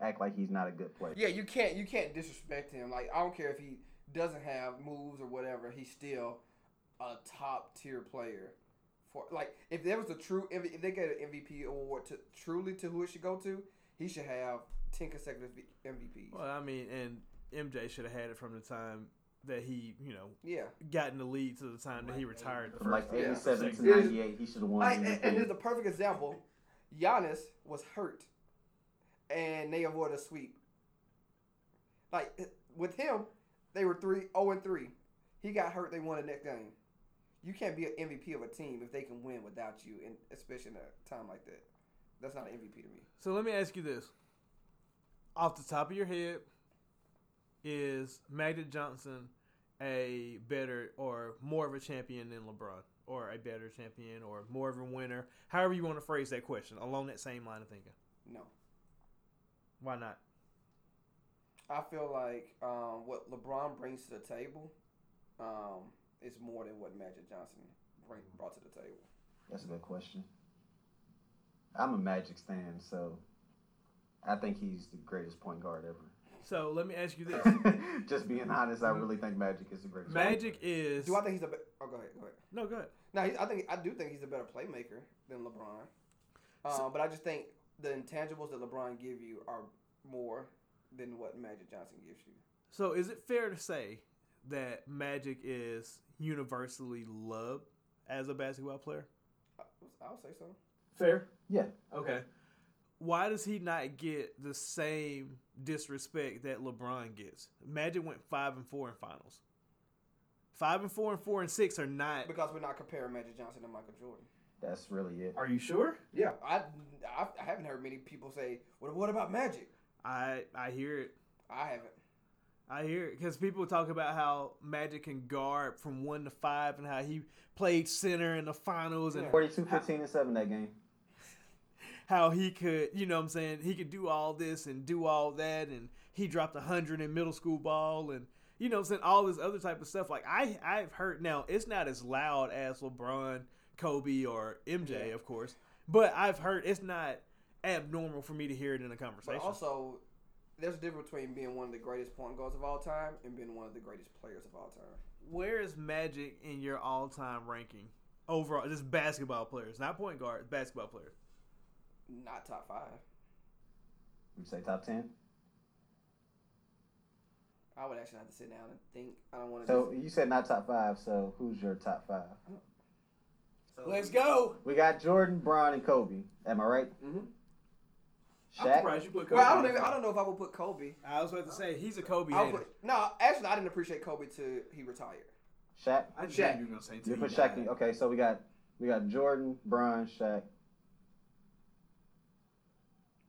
Speaker 4: act like he's not a good player.
Speaker 8: yeah. You can't, you can't disrespect him. Like I don't care if he doesn't have moves or whatever. He's still a top tier player. For like, if there was a true, if, if they get an MVP award to truly to who it should go to, he should have ten consecutive MVPs.
Speaker 2: Well, I mean, and MJ should have had it from the time that he, you know,
Speaker 8: Yeah.
Speaker 2: got in the lead to the time that he retired. The
Speaker 4: From
Speaker 2: first
Speaker 4: like
Speaker 2: time.
Speaker 3: Yeah.
Speaker 4: '87 to
Speaker 8: Is-
Speaker 4: '98, he should have won.
Speaker 8: I, and, and it's
Speaker 4: MVP.
Speaker 8: a perfect example. Giannis was hurt, and they avoided a sweep. oh Like with him, they were three zero and three. He got hurt. They won the next game. you can't be an MVP of a team if they can win without you, and especially in a time like that. That's not an MVP to me.
Speaker 2: So let me ask you this. Off the top of your head, is Magda Johnson a better or more of a champion than LeBron? Or a better champion or more of a winner? However you want to phrase that question, along that same line of thinking.
Speaker 8: No,
Speaker 2: Why not?
Speaker 8: I feel like um, what LeBron brings to the table um, is more than what Magic Johnson bring, brought to the table.
Speaker 4: That's a good question. I'm a Magic fan, so I think he's the greatest point guard ever.
Speaker 2: So let me ask you this.
Speaker 4: Just being honest, I really think Magic is the greatest.
Speaker 2: Magic is
Speaker 8: Do I think he's a? Be- oh, go ahead, go ahead.
Speaker 2: No, go ahead.
Speaker 8: No, he, I think I do think he's a better playmaker than LeBron. Uh, but I just think the intangibles that LeBron give you are more than what Magic Johnson gives you.
Speaker 2: So is it fair to say that Magic is universally loved as a basketball player?
Speaker 8: I, I would say so.
Speaker 2: Fair.
Speaker 4: Yeah,
Speaker 2: Okay. Why does he not get the same disrespect that LeBron gets? Magic went five and four in finals. Five and four and four and six are not.
Speaker 8: Because we're not comparing Magic Johnson to Michael Jordan.
Speaker 4: that's really it.
Speaker 2: Are you sure?
Speaker 8: Yeah, I, I, I haven't heard many people say, "Well, what about Magic?"
Speaker 2: I I hear it.
Speaker 8: I haven't.
Speaker 2: I hear it because people talk about how Magic can guard from one to five and how he played center in the finals and
Speaker 4: 42, 15, and 7 that game.
Speaker 2: how he could, you know what I'm saying, he could do all this and do all that and he dropped a 100 in middle school ball and you know what I'm saying, all this other type of stuff. Like I I've heard now it's not as loud as LeBron, Kobe or MJ, of course, but I've heard it's not abnormal for me to hear it in a
Speaker 8: But
Speaker 2: conversation.
Speaker 8: also, there's a difference between being one of the greatest point guards of all time and being one of the greatest players of all time.
Speaker 2: Where is Magic in your all-time ranking? Overall, just basketball players, not point guards, basketball players.
Speaker 8: Not top five.
Speaker 4: You say top 10?
Speaker 8: I would actually have to sit down and think. I don't want to.
Speaker 4: So you said not top 5, so who's your top 5?
Speaker 8: Let's go.
Speaker 4: We got Jordan, Braun, and Kobe. Am I right?
Speaker 8: Mhm.
Speaker 4: Shaq?
Speaker 2: you put
Speaker 8: Well, I don't even. I don't know if I would put Kobe.
Speaker 2: I was about to say he's a Kobe
Speaker 8: I would
Speaker 2: hater.
Speaker 8: put, no, actually, I didn't appreciate Kobe till he retired.
Speaker 4: Shaq?
Speaker 2: I just
Speaker 8: Shaq.
Speaker 2: knew you were gonna say
Speaker 4: You
Speaker 2: T.
Speaker 4: put Shaq. in- Okay, so we got we got Jordan, Braun, Shaq.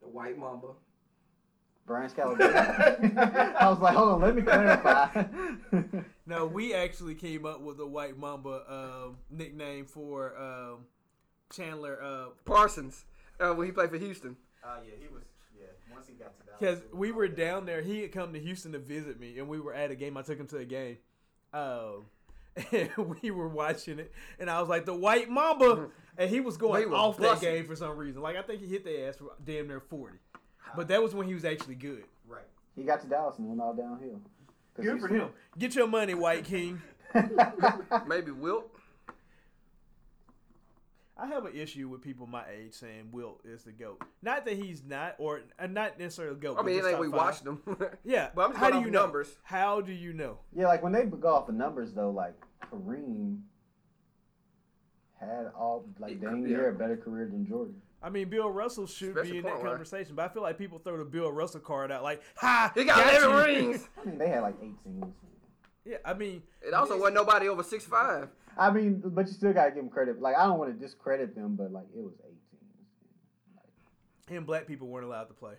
Speaker 8: The White Mamba.
Speaker 4: Brian Scalabrine. I was like, hold on, let me clarify.
Speaker 2: No, we actually came up with the White Mamba um, nickname for um, Chandler
Speaker 3: Parsons uh, when he played for Houston.
Speaker 9: Uh, yeah, he was. Yeah, once he got to Dallas,
Speaker 2: because
Speaker 9: it was
Speaker 2: we
Speaker 9: all
Speaker 2: were
Speaker 9: good.
Speaker 2: down there. He had come to Houston to visit me, and we were at a game. I took him to a game, um, and we were watching it. And I was like, "The White Mamba," and he was
Speaker 3: They
Speaker 2: going
Speaker 3: were
Speaker 2: off that
Speaker 3: busting.
Speaker 2: game for some reason. Like I think he hit the ass for damn near forty, but that was when he was actually good.
Speaker 9: Right.
Speaker 4: he got to Dallas and went all downhill. 'Cause he's-
Speaker 2: Get your money, White King.
Speaker 3: Maybe Wilt.
Speaker 2: I have an issue with people my age saying Wilt is the goat. Not that he's not, or uh, not necessarily the goat.
Speaker 3: I
Speaker 2: but
Speaker 3: mean, it
Speaker 2: just
Speaker 3: ain't
Speaker 2: top
Speaker 3: we
Speaker 2: five.
Speaker 3: watched him.
Speaker 2: Yeah,
Speaker 3: But I'm just
Speaker 2: how
Speaker 3: going
Speaker 2: do
Speaker 3: off
Speaker 2: you know?
Speaker 3: numbers.
Speaker 2: How do you know?
Speaker 4: yeah, like when they go off the numbers though, like Kareem had all like dang
Speaker 3: yeah.
Speaker 4: near a better career than Jordan.
Speaker 2: I mean, Bill Russell should
Speaker 3: Especially
Speaker 2: be in that
Speaker 3: point guard.
Speaker 2: conversation, but I feel like people throw the Bill Russell card out like, "Ha,
Speaker 3: He got, eleven
Speaker 2: you."
Speaker 3: rings.
Speaker 4: I mean, they had like eight teams.
Speaker 2: Yeah, I mean,
Speaker 3: It also wasn't nobody over six five.
Speaker 4: I mean, but you still gotta give them credit. Like I don't want to discredit them, but like it was eight teams.
Speaker 2: him black people weren't allowed to play.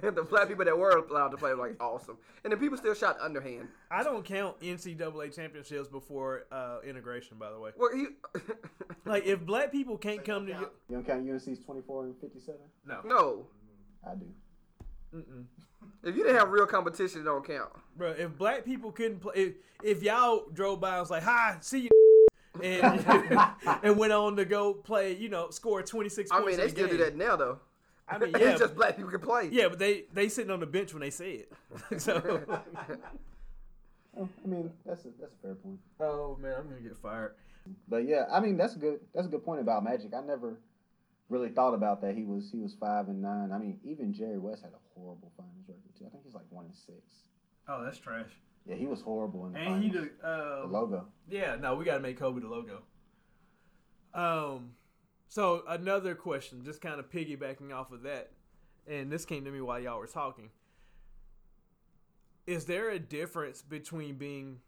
Speaker 3: the black people that were allowed to play were like awesome, and then people still shot underhand.
Speaker 2: I don't count NCAA championships before uh, integration, by the way.
Speaker 3: Well, he
Speaker 2: Like, if black people can't come to you,
Speaker 4: You don't count UNC's twenty four and fifty seven.
Speaker 3: no.
Speaker 4: I do.
Speaker 2: Mm-mm.
Speaker 3: If you didn't have real competition, it don't count.
Speaker 2: bro, if black people couldn't play, if, if y'all drove by and was like, "Hi, see you," and and went on to go play, you know, score twenty six.
Speaker 3: I mean, they still do that now though.
Speaker 2: I mean, yeah,
Speaker 3: it's just black people can play.
Speaker 2: yeah, but they they sitting on the bench when they say it. so.
Speaker 4: Oh, I mean, that's a, that's a fair point.
Speaker 2: Oh man, I'm gonna get fired.
Speaker 4: But yeah, I mean that's a good that's a good point about Magic. I never really thought about that. He was he was five and nine. I mean, even Jerry West had a horrible finals record too. I think he's like one and six.
Speaker 2: Oh, that's trash.
Speaker 4: Yeah, he was horrible in the
Speaker 2: And he
Speaker 4: finals.
Speaker 2: do.
Speaker 4: the
Speaker 2: Um,
Speaker 4: logo.
Speaker 2: yeah, no, we gotta make Kobe the logo. Um, so another question, just kind of piggybacking off of that, and this came to me while y'all were talking. Is there a difference between being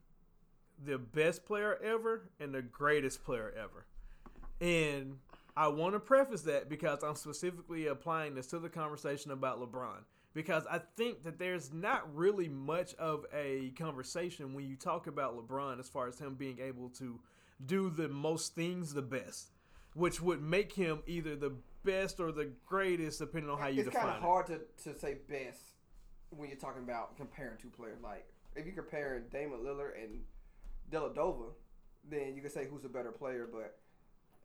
Speaker 2: the best player ever and the greatest player ever. And I want to preface that because I'm specifically applying this to the conversation about LeBron. Because I think that there's not really much of a conversation when you talk about LeBron as far as him being able to do the most things the best, which would make him either the best or the greatest, depending on how you
Speaker 8: it's
Speaker 2: define
Speaker 8: kind
Speaker 2: it.
Speaker 8: of hard to, to say best when you're talking about comparing two players. Like if you're comparing Damon Lillard and Deladova, then you can say who's a better player. But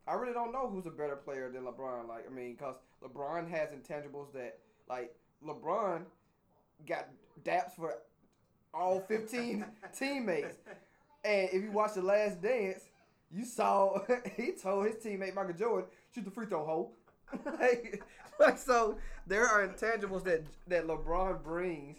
Speaker 8: I really don't know who's a better player than LeBron. Like I mean, because LeBron has intangibles that like LeBron got daps for all 15 teammates. And if you watch the last dance, you saw he told his teammate Michael Jordan shoot the free throw hole. like, like, so, there are intangibles that that LeBron brings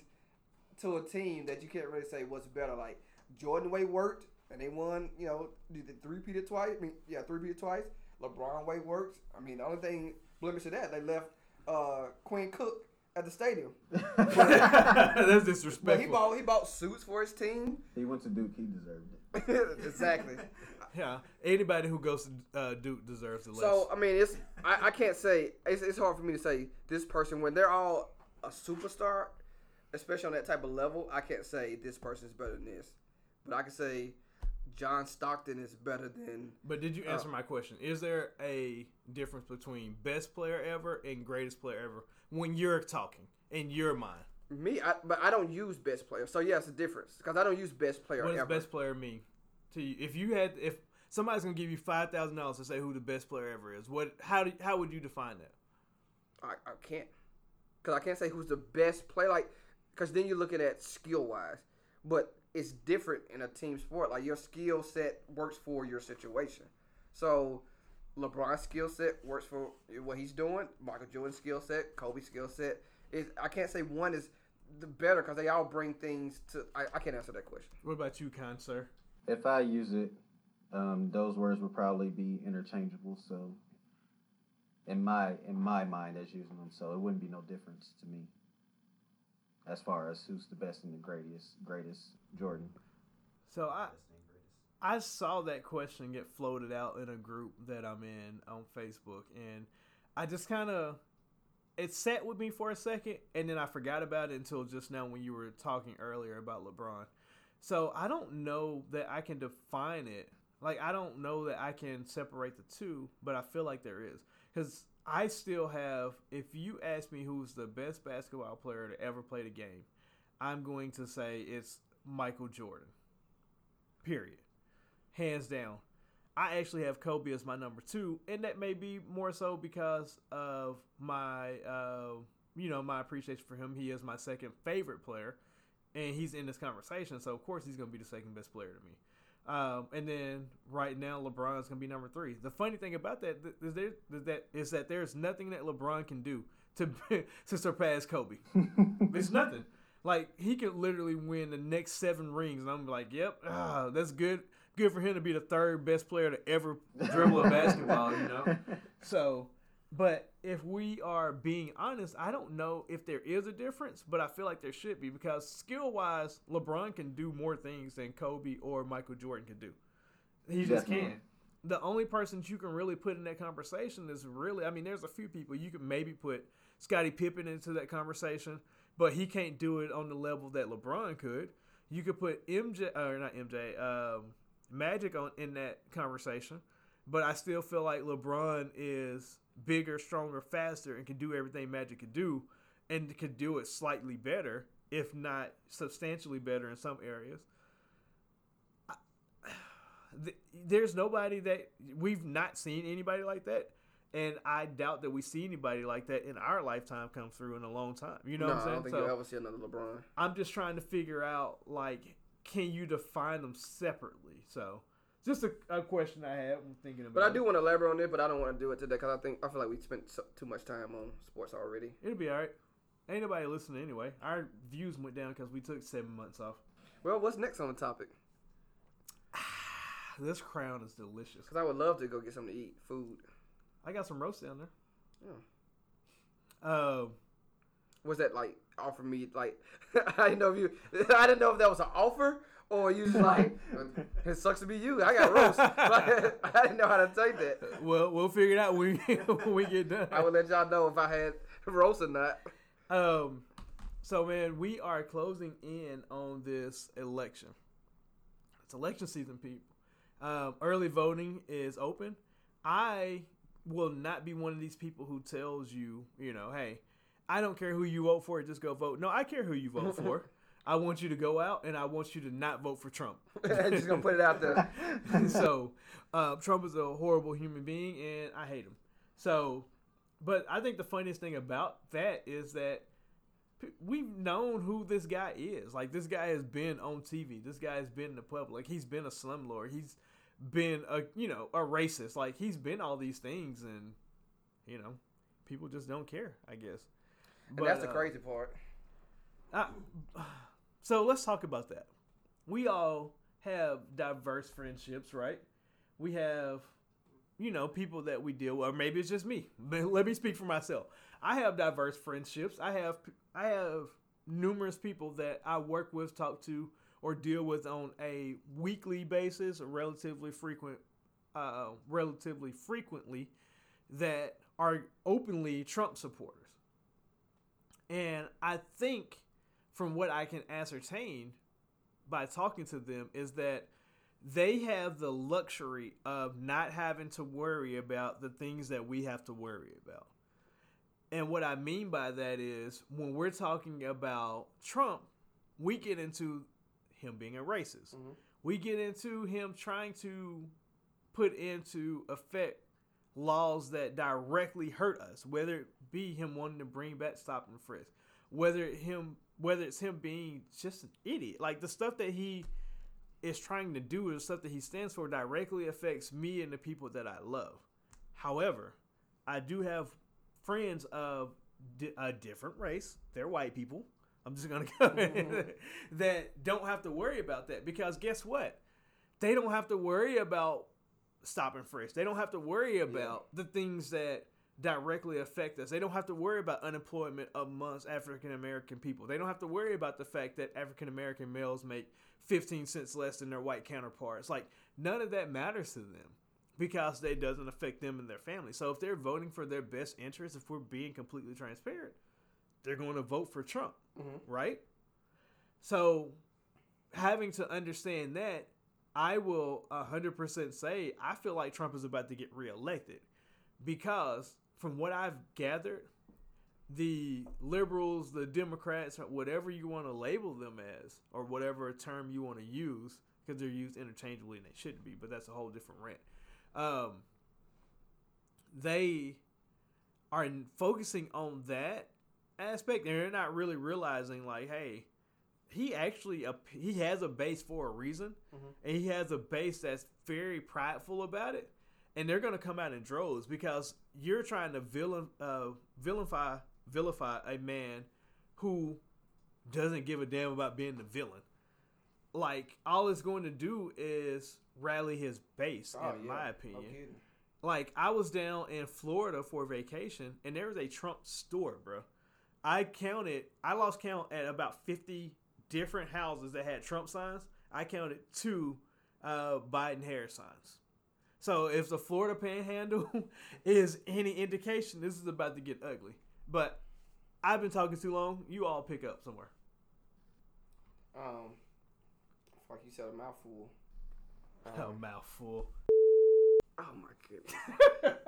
Speaker 8: to a team that you can't really say what's better. Like Jordan way worked and they won. You know, did the three peated twice. I mean, yeah, three peated twice. LeBron way works. I mean, the only thing blemish to that they left uh, Quinn Cook at the stadium.
Speaker 2: That's
Speaker 8: But he
Speaker 2: disrespectful.
Speaker 8: bought he bought suits for his team.
Speaker 4: He went to Duke. He deserved it.
Speaker 3: exactly.
Speaker 2: yeah, anybody who goes to uh, Duke deserves the less.
Speaker 3: So uh, I mean, it's I, I can't say it's, it's hard for me to say this person when they're all a superstar, especially on that type of level. I can't say this person is better than this, but I can say John Stockton is better than
Speaker 2: but did you
Speaker 3: uh,
Speaker 2: answer my question? Is there a difference between best player ever and greatest player ever when you're talking in your mind?
Speaker 3: me. I, but I don't use best player, so yeah, it's a difference because I don't use best player
Speaker 2: What does
Speaker 3: ever.
Speaker 2: best player mean to you? If you had, if somebody's gonna give you five thousand dollars to say who the best player ever is, what? How do? How would you define that?
Speaker 3: I, I can't because I can't say who's the best player. Like because then you're looking at skill wise, but it's different in a team sport. Like your skill set works for your situation. So LeBron's skill set works for what he's doing. Michael Jordan's skill set, Kobe's skill set is. I can't say one is the better because they all bring things to. I, I can't answer that question.
Speaker 2: What about you, Con sir?
Speaker 4: If I use it, um, those words would probably be interchangeable. So, in my in my mind, as using them, so it wouldn't be no difference to me. As far as who's the best and the greatest, greatest Jordan.
Speaker 2: So I I saw that question get floated out in a group that I'm in on Facebook and I just kind of it sat with me for a second and then I forgot about it until just now when you were talking earlier about LeBron. So I don't know that I can define it. Like I don't know that I can separate the two, but I feel like there is cuz I still have if you ask me who's the best basketball player to ever play the game, I'm going to say it's Michael Jordan. Period. Hands down. I actually have Kobe as my number two, and that may be more so because of my, uh, you know, my appreciation for him. He is my second favorite player, and he's in this conversation, so of course he's going to be the second best player to me. Um, and then right now, LeBron's going to be number three. The funny thing about that th- is there is that is that there is nothing that LeBron can do to to surpass Kobe. It's nothing. Like he could literally win the next seven rings, and I'm like, yep, ah, that's good. Good for him to be the third best player to ever dribble a basketball. You know. So, but if we are being honest, I don't know if there is a difference, but I feel like there should be because skill wise, LeBron can do more things than Kobe or Michael Jordan can do. He just
Speaker 4: Definitely.
Speaker 2: can't. The only person that you can really put in that conversation is really, I mean, there's a few people you could maybe put Scottie Pippen into that conversation, but he can't do it on the level that LeBron could. You could put MJ or not MJ, um, Magic on in that conversation, but I still feel like LeBron is bigger, stronger, faster, and can do everything Magic could do, and could do it slightly better, if not substantially better in some areas. I- th- There's nobody that we've not seen anybody like that, and I doubt that we see anybody like that in our lifetime come through in a long time. You know
Speaker 3: no,
Speaker 2: what I'm
Speaker 3: I
Speaker 2: saying?
Speaker 3: don't think
Speaker 2: So-
Speaker 3: you'll ever see another LeBron.
Speaker 2: I'm just trying to figure out like can you define them separately? So just a, a question I have. I'm thinking about.
Speaker 3: But I
Speaker 2: it.
Speaker 3: do want to elaborate on it, but I don't want to do it today because I think I feel like we spent so, too much time on sports already.
Speaker 2: It'll be all right. Ain't nobody listening anyway. Our views went down because we took seven months off.
Speaker 3: Well, what's next on the topic?
Speaker 2: This crown is delicious.
Speaker 3: Because I would love to go get something to eat, food.
Speaker 2: I got some roast down there. Um,
Speaker 3: was that like offer me like I didn't know if you I didn't know if that was an offer Or you just like, it sucks to be you. I got roast. Like, I didn't know how to take that.
Speaker 2: Well, we'll figure it out when, when we get done.
Speaker 3: I would let y'all know if I had roast or not.
Speaker 2: Um, so man, we are closing in on this election. It's election season, people. Um, early voting is open. I will not be one of these people who tells you, you know, hey, I don't care who you vote for, just go vote. No, I care who you vote for. I want you to go out and I want you to not vote for Trump.
Speaker 3: I'm just gonna put it out there.
Speaker 2: so uh, Trump is a horrible human being and I hate him. So, but I think the funniest thing about that is that p- we've known who this guy is. Like this guy has been on TV. This guy has been in the public. He's been a slumlord. He's been a you know a racist. Like he's been all these things and you know people just don't care. I guess.
Speaker 3: And that's the
Speaker 2: uh,
Speaker 3: crazy part.
Speaker 2: I, so let's talk about that. We all have diverse friendships, right? We have, you know, people that we deal with. Or maybe it's just me. But let me speak for myself. I have diverse friendships. I have I have numerous people that I work with, talk to, or deal with on a weekly basis, a relatively frequent, uh, relatively frequently, that are openly Trump supporters. And I think from what I can ascertain by talking to them is that they have the luxury of not having to worry about the things that we have to worry about. And what I mean by that is when we're talking about Trump, we get into him being a racist.
Speaker 3: Mhm.
Speaker 2: We get into him trying to put into effect laws that directly hurt us, whether it be him wanting to bring back stop and frisk, whether him whether it's him being just an idiot. Like the stuff that he is trying to do is stuff that he stands for directly affects me and the people that I love. However, I do have friends of di- a different race. They're white people. I'm just gonna go ahead. that don't have to worry about that because guess what? They don't have to worry about stopping frisk. They don't have to worry about the things that directly affect us. They don't have to worry about unemployment amongst African American people. They don't have to worry about the fact that African American males make 15 cents less than their white counterparts. Like none of that matters to them because they doesn't affect them and their family. So if they're voting for their best interest, if we're being completely transparent, they're going to vote for Trump, right? So having to understand that, I will 100% say I feel like Trump is about to get reelected because from what I've gathered, the liberals, the Democrats, or whatever you want to label them as, or whatever term you want to use, because they're used interchangeably and they shouldn't be, but that's a whole different rant. Um, they are n- focusing on that aspect, and they're not really realizing, like, hey, he actually a, he has a base for a reason,
Speaker 3: Mm-hmm.
Speaker 2: and he has a base that's very prideful about it and they're gonna come out in droves because you're trying to villain uh, vilify vilify a man who doesn't give a damn about being the villain. Like all it's going to do is rally his base,
Speaker 3: Oh,
Speaker 2: in
Speaker 3: yeah.
Speaker 2: my
Speaker 3: No
Speaker 2: opinion.
Speaker 3: kidding.
Speaker 2: Like I was down in Florida for vacation, and there was a Trump store, bro. I counted, I lost count at about fifty different houses that had Trump signs. I counted two uh, Biden Harris signs. So if the Florida Panhandle is any indication, this is about to get ugly. But I've been talking too long. You all pick up somewhere.
Speaker 3: Um, like you said, a mouthful.
Speaker 2: Oh, mouthful.
Speaker 3: Oh my goodness.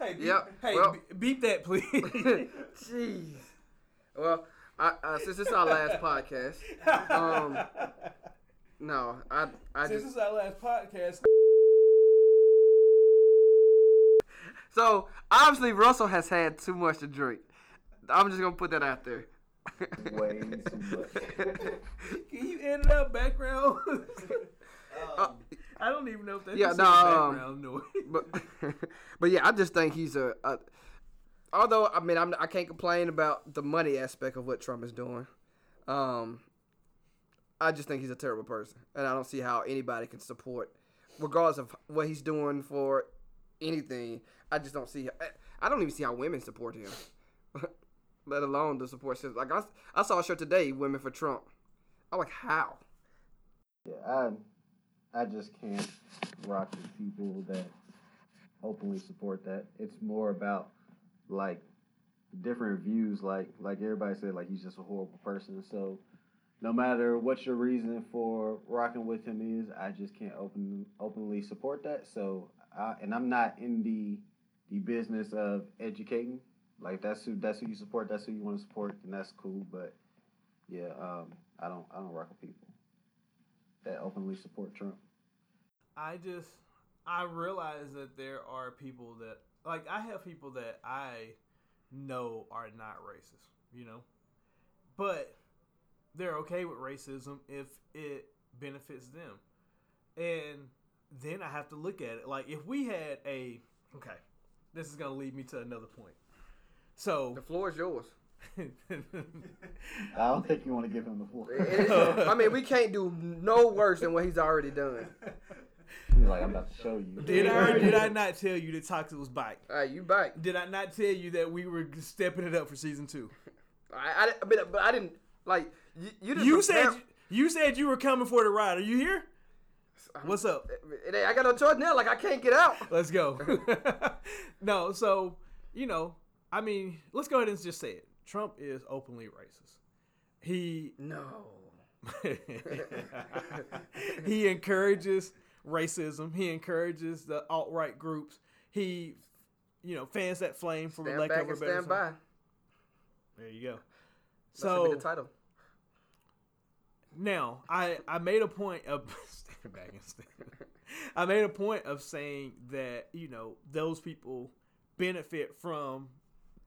Speaker 3: yep.
Speaker 2: Hey, beep,
Speaker 3: Yep,
Speaker 2: hey,
Speaker 3: well-
Speaker 2: be- beep that, please.
Speaker 3: Jeez. Well, I, uh, since this is our last podcast, um, no, I, I
Speaker 2: Since
Speaker 3: just
Speaker 2: this is our last podcast,
Speaker 3: so obviously Russell has had too much to drink. I'm just gonna put that out there.
Speaker 4: Way too much.
Speaker 2: can you end it up background?
Speaker 3: Uh,
Speaker 2: I don't even know if that's
Speaker 3: Yeah,
Speaker 2: just
Speaker 3: no, um,
Speaker 2: background noise.
Speaker 3: but but yeah, I just think he's a. a although I mean, I'm, I can't complain about the money aspect of what Trump is doing. Um, I just think he's a terrible person, and I don't see how anybody can support, regardless of what he's doing for anything. I just don't see. I- I don't even see how women support him, let alone the support system. Like I, I saw a show today, women for Trump. I'm like, how?
Speaker 4: Yeah, I, I just can't rock with people that openly support that. It's more about like different views. Like like everybody said, like he's just a horrible person. So no matter what your reason for rocking with him is, I just can't open openly support that. So I, and I'm not in the the business of educating. Like that's who that's who you support. That's who you want to support, and that's cool. But yeah, um, I don't I don't rock with people that openly support Trump.
Speaker 2: I just I realize that there are people that like I have people that I know are not racist, you know, but they're okay with racism if it benefits them, and then I have to look at it like if we had a okay, this is gonna lead me to another point. So
Speaker 3: The floor is yours.
Speaker 4: I don't think you want to give him the floor.
Speaker 3: It is- I mean, we can't do no worse than what he's already done.
Speaker 4: You're like I'm about to show you.
Speaker 2: did I or did I not tell you that Toxic was back?
Speaker 3: All right, you back.
Speaker 2: Did I not tell you that we were stepping it up for season two?
Speaker 3: I, I, di- but, but I didn't like you. You, didn't
Speaker 2: You said
Speaker 3: prepare-
Speaker 2: you said you were coming for the ride. Are you here? What's up?
Speaker 3: It ain't- I got no choice now. Like I can't get out.
Speaker 2: Let's go. no, so you know, I mean, let's go ahead and just say it. Trump is openly racist. He
Speaker 3: No.
Speaker 2: he encourages racism. He encourages the alt right groups. He, you know, fans that flame for
Speaker 3: Stand
Speaker 2: lack
Speaker 3: back
Speaker 2: of a
Speaker 3: and
Speaker 2: better
Speaker 3: stand
Speaker 2: term.
Speaker 3: by.
Speaker 2: There you go.
Speaker 3: That should be
Speaker 2: So
Speaker 3: the title.
Speaker 2: now I I made a point of stand back and stand. I made a point of saying that you know those people benefit from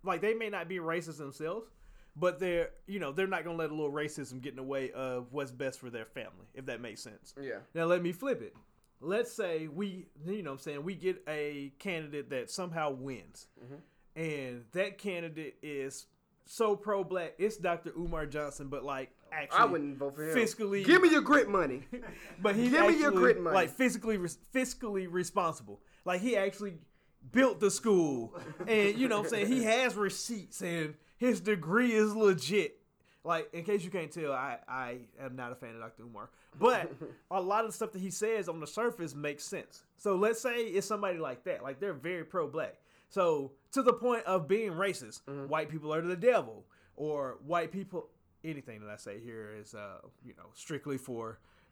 Speaker 2: like they may not be racist themselves, but they're you know they're not gonna let a little racism get in the way of what's best for their family if that makes sense.
Speaker 3: Yeah.
Speaker 2: Now let me flip it. Let's say we, you know, what I'm saying we get a candidate that somehow wins,
Speaker 3: Mm-hmm.
Speaker 2: and that candidate is so pro black. It's Dr. Umar Johnson, but like actually,
Speaker 3: I wouldn't vote for him.
Speaker 2: Fiscally,
Speaker 3: Give me your grit money.
Speaker 2: but he's
Speaker 3: give me
Speaker 2: actually
Speaker 3: your grit money.
Speaker 2: like physically, res- fiscally responsible. Like he actually built the school, and you know, what I'm saying he has receipts, and his degree is legit. Like, in case you can't tell, I, I am not a fan of Dr. Umar. But a lot of the stuff that he says on the surface makes sense. So let's say it's somebody like that. Like, they're very pro black. So, to the point of being racist, white people are the devil. Or white people, anything that I say here is, uh, you know, strictly for.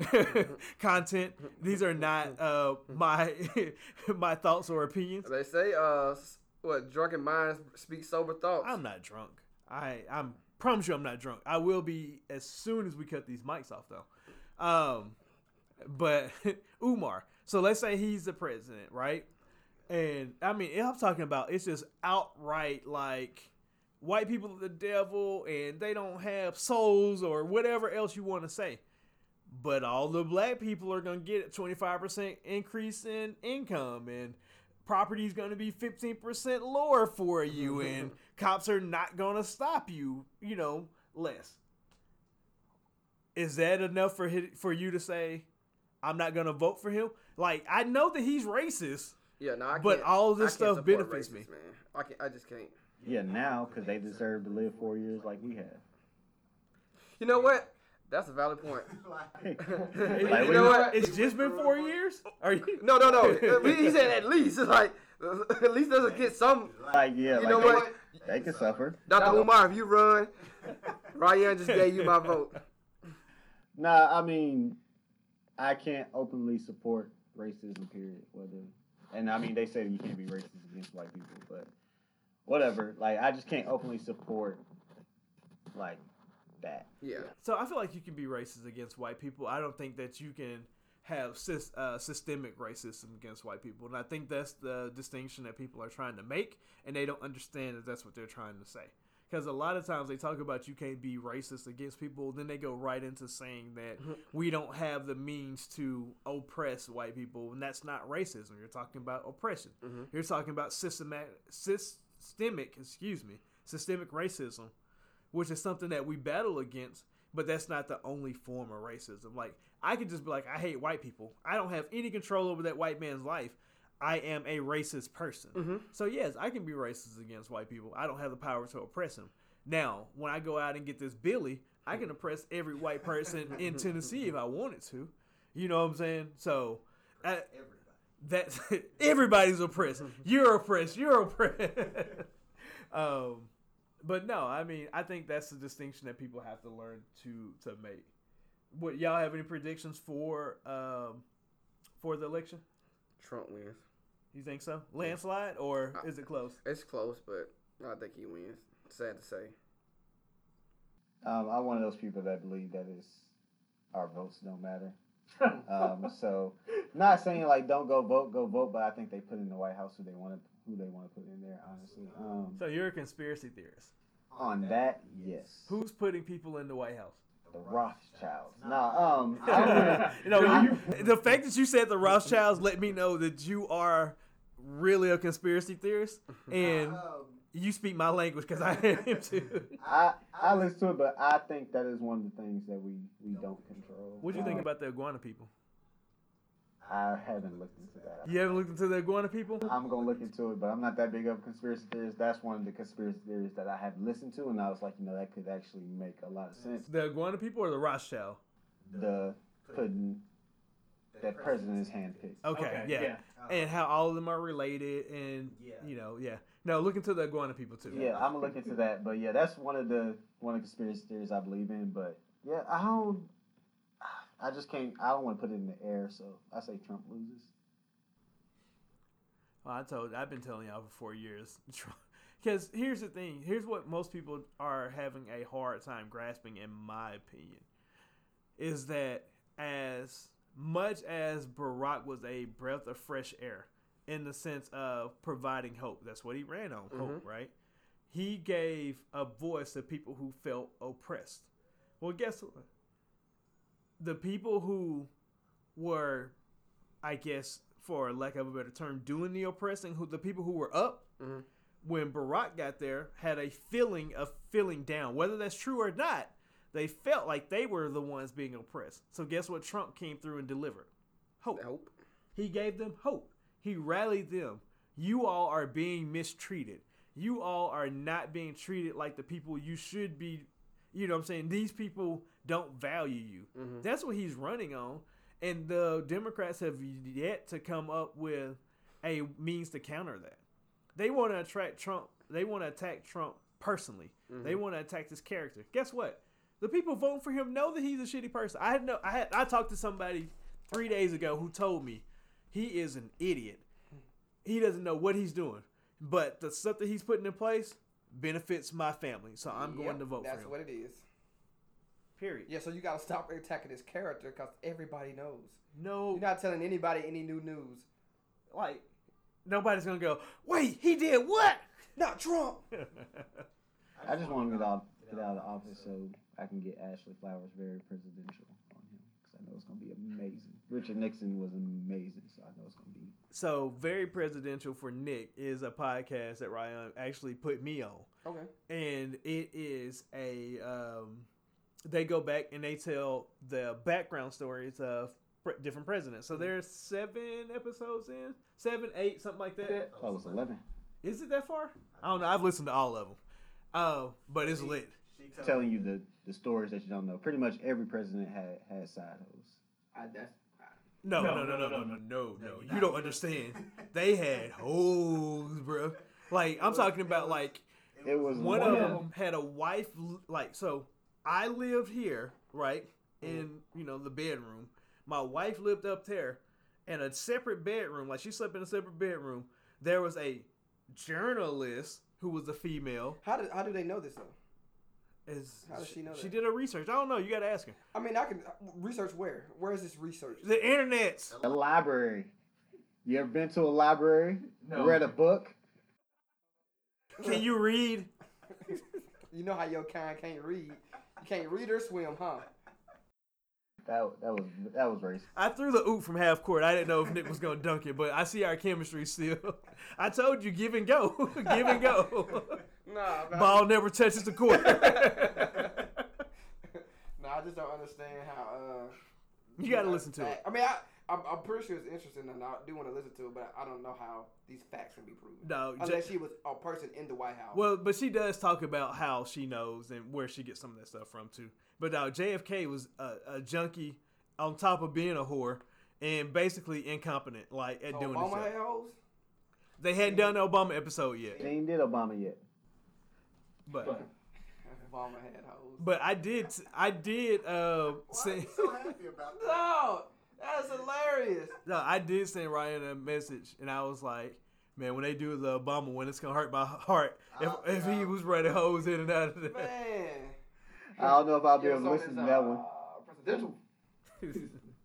Speaker 2: content these are not uh my my thoughts or opinions
Speaker 3: They say, uh, s- what drunken minds speak sober thoughts.
Speaker 2: I'm not drunk. I I'm promise you I'm not drunk. I will be as soon as we cut these mics off though. Um, but Umar. So let's say he's the president, right? And I mean, I'm talking about it's just outright like white people are the devil and they don't have souls or whatever else you want to say. But all the black people are gonna get a 25% increase in income and property's going to be 15% lower for you and cops are not going to stop you, you know, less. Is that enough for hi- for you to say I'm not going to vote for him? Like I know that he's racist.
Speaker 3: yeah, no, I
Speaker 2: but
Speaker 3: can't-
Speaker 2: all this
Speaker 3: I can't
Speaker 2: stuff
Speaker 3: support
Speaker 2: benefits
Speaker 3: racists,
Speaker 2: me.
Speaker 3: Man. I can not I just can't.
Speaker 4: Yeah, now because they deserve to live four years like we have.
Speaker 3: You know what? That's a valid point.
Speaker 4: like,
Speaker 3: You
Speaker 4: we-
Speaker 3: know what?
Speaker 2: It's just been 4 years? Are you
Speaker 3: No, no, no. We- he said at least. It's like at least does us get some.
Speaker 4: like,
Speaker 3: You
Speaker 4: yeah, like
Speaker 3: know
Speaker 4: they,
Speaker 3: what?
Speaker 4: they can suffer.
Speaker 3: Dr. Umar, if you run, Ryan just gave you my vote.
Speaker 4: Nah, I mean, I can't openly support racism. Period. Whether, and I mean, they say you can't be racist against white people, but whatever. Like, I just can't openly support like that.
Speaker 3: Yeah.
Speaker 2: So I feel like you can be racist against white people. I don't think that you can have sys, uh, systemic racism against white people, and I think that's the distinction that people are trying to make, and they don't understand that that's what they're trying to say. Because a lot of times they talk about you can't be racist against people, then they go right into saying that we don't have the means to oppress white people, and that's not racism. You're talking about oppression. You're talking about systematic, systemic, excuse me, systemic racism which is something that we battle against. But that's not the only form of racism. Like I could just be like, I hate white people. I don't have any control over that white man's life. I am a racist person. So yes, I can be racist against white people. I don't have the power to oppress them. Now, when I go out and get this Billy, I can oppress every white person in Tennessee if I wanted to. You know what I'm saying? So I,
Speaker 9: Everybody.
Speaker 2: that's everybody's oppressed. You're oppressed. You're oppressed. um, but no, I mean, I think that's the distinction that people have to learn to to make. What y'all have any predictions for um for the election?
Speaker 3: Trump wins.
Speaker 2: You think so? Landslide or is it close?
Speaker 3: It's close, but I think he wins. Sad to say.
Speaker 4: Um, I'm one of those people that believe that is our votes don't matter. um, so, not saying like don't go vote, go vote, but I think they put in the White House who they want to who they want to put in there. Honestly, um,
Speaker 2: So you're a conspiracy theorist.
Speaker 4: on that, yes,
Speaker 2: Who's putting people in the White House?
Speaker 4: the Rothschilds. Nah, um, I wouldn't-
Speaker 2: you know, the fact that you said the Rothschilds let me know that you are really a conspiracy theorist, and
Speaker 9: Um,
Speaker 2: you speak my language because I am too.
Speaker 4: I I listen to it, but I think that is one of the things that we we don't control.
Speaker 2: What do you think
Speaker 4: Um,
Speaker 2: about the iguana people?
Speaker 4: I haven't looked into that.
Speaker 2: You haven't looked into the iguana people?
Speaker 4: I'm gonna look into it, but I'm not that big of a conspiracy theorist. That's one of the conspiracy theories that I have listened to, and I was like, you know, that could actually make a lot of sense.
Speaker 2: The iguana people or the Rothschild?
Speaker 4: The pudding that president is handpicked.
Speaker 2: Okay,
Speaker 7: Okay,
Speaker 2: yeah.
Speaker 7: yeah.
Speaker 2: And how all of them are related, and
Speaker 9: Yeah.
Speaker 2: you know, yeah. No, look into the iguana people too.
Speaker 4: Yeah, I'm gonna look into that. But yeah, that's one of the one of the conspiracy theories I believe in. But yeah, I don't. I just can't. I don't want to put it in the air, so I say Trump loses.
Speaker 2: Well, I told I've been telling y'all for four years. Because here's the thing. Here's what most people are having a hard time grasping, in my opinion, is that as much as Barack was a breath of fresh air in the sense of providing hope, that's what he ran on hope, right? He gave a voice to people who felt oppressed. Well, guess what? The people who were I guess, for lack of a better term, doing the oppressing, who the people who were up when Barack got there had a feeling of feeling down. Whether that's true or not, they felt like they were the ones being oppressed. So guess what? Trump came through and delivered hope.
Speaker 3: I hope.
Speaker 2: He gave them hope. He rallied them. You all are being mistreated. You all are not being treated like the people you should be. You know what I'm saying? These people don't value you. That's what he's running on. And the Democrats have yet to come up with a means to counter that. They want to attract Trump. They want to attack Trump personally. They
Speaker 8: Mm-hmm.
Speaker 2: want to attack his character. Guess what? The people voting for him know that he's a shitty person. I had no. I had. I talked to somebody three days ago who told me he is an idiot. He doesn't know what he's doing, but the stuff that he's putting in place benefits my family, so I'm
Speaker 8: Yep,
Speaker 2: going to vote for
Speaker 8: That's
Speaker 2: him.
Speaker 8: what it is.
Speaker 2: Period.
Speaker 8: Yeah, so you gotta stop attacking his character because everybody knows.
Speaker 2: No,
Speaker 8: You're not telling anybody any new news.
Speaker 2: like nobody's gonna go. Wait, he did what?
Speaker 8: Not Trump.
Speaker 4: I just want to get out get out of the office so I can get Ashley Flowers very presidential on him because I know it's gonna be amazing. Richard Nixon was amazing, so I know it's gonna be.
Speaker 2: So, very presidential for Nick is a podcast that Ryan actually put me on.
Speaker 8: Okay.
Speaker 2: and it is a um, they go back and they tell the background stories of pre- different presidents. So there's seven episodes in, seven, eight, something like that.
Speaker 4: I was eleven.
Speaker 2: Is it that far? I don't know. I've listened to all of them, uh, but it's lit.
Speaker 9: She
Speaker 4: Telling you the the stories that you don't know. Pretty much every president had had side hoes.
Speaker 8: I, that's,
Speaker 2: No, no, no, no, no, no, no, no. You don't understand. They had hoes, bro. Like I'm talking about like
Speaker 4: It was
Speaker 2: one of them had a wife l- like so i lived here right in you know the bedroom my wife lived up there in a separate bedroom like she slept in a separate bedroom there was a journalist who was a female
Speaker 8: how do how do they know this though?
Speaker 2: is
Speaker 8: How does she know
Speaker 2: she
Speaker 8: that?
Speaker 2: did her research i don't know you gotta ask her
Speaker 8: I mean, I can research where. Where is this research?
Speaker 2: the internet's
Speaker 4: A library. You ever been to a library?
Speaker 7: No.
Speaker 4: Read a book?
Speaker 2: can you read
Speaker 8: You know how your kind can't read. You can't read or swim, huh?
Speaker 4: That that was that was racist.
Speaker 2: I threw the oop from half court. I didn't know if Nick was gonna dunk it, but I see our chemistry still. I told you, give and go, give and go.
Speaker 8: Nah, man.
Speaker 2: Ball never touches the court.
Speaker 8: No, I just don't understand how. Uh,
Speaker 2: you gotta listen to it.
Speaker 8: I mean, I, I'm, I'm pretty sure it's interesting, and I do want to listen to it, but I don't know how these facts can be proven.
Speaker 2: No, ju-
Speaker 8: unless she was a person in the White House.
Speaker 2: Well, but she does talk about how uh, she knows and where she gets some of that stuff from too. But now JFK was a, a junkie on top of being a whore and basically incompetent, like at
Speaker 8: So
Speaker 2: doing
Speaker 8: Obama
Speaker 2: this.
Speaker 8: had hoes?
Speaker 2: They hadn't done the Obama episode
Speaker 4: They
Speaker 2: yet,
Speaker 4: ain't did Obama yet.
Speaker 2: but
Speaker 8: Obama had hoes.
Speaker 2: but I did I did
Speaker 9: Why
Speaker 2: uh
Speaker 9: are
Speaker 2: send
Speaker 9: you so happy about that?
Speaker 8: No, that's hilarious.
Speaker 2: no I did send Ryan a message and I was like. Man, when they do the Obama one, it's gonna hurt my heart if,
Speaker 9: Oh,
Speaker 2: if he
Speaker 9: God.
Speaker 2: was running hoes in and out of there.
Speaker 8: Man.
Speaker 4: I don't know if I'll be
Speaker 7: Yeah,
Speaker 4: able to
Speaker 7: so
Speaker 4: listen
Speaker 7: it's,
Speaker 4: to that
Speaker 7: uh,
Speaker 4: one.
Speaker 7: Presidential.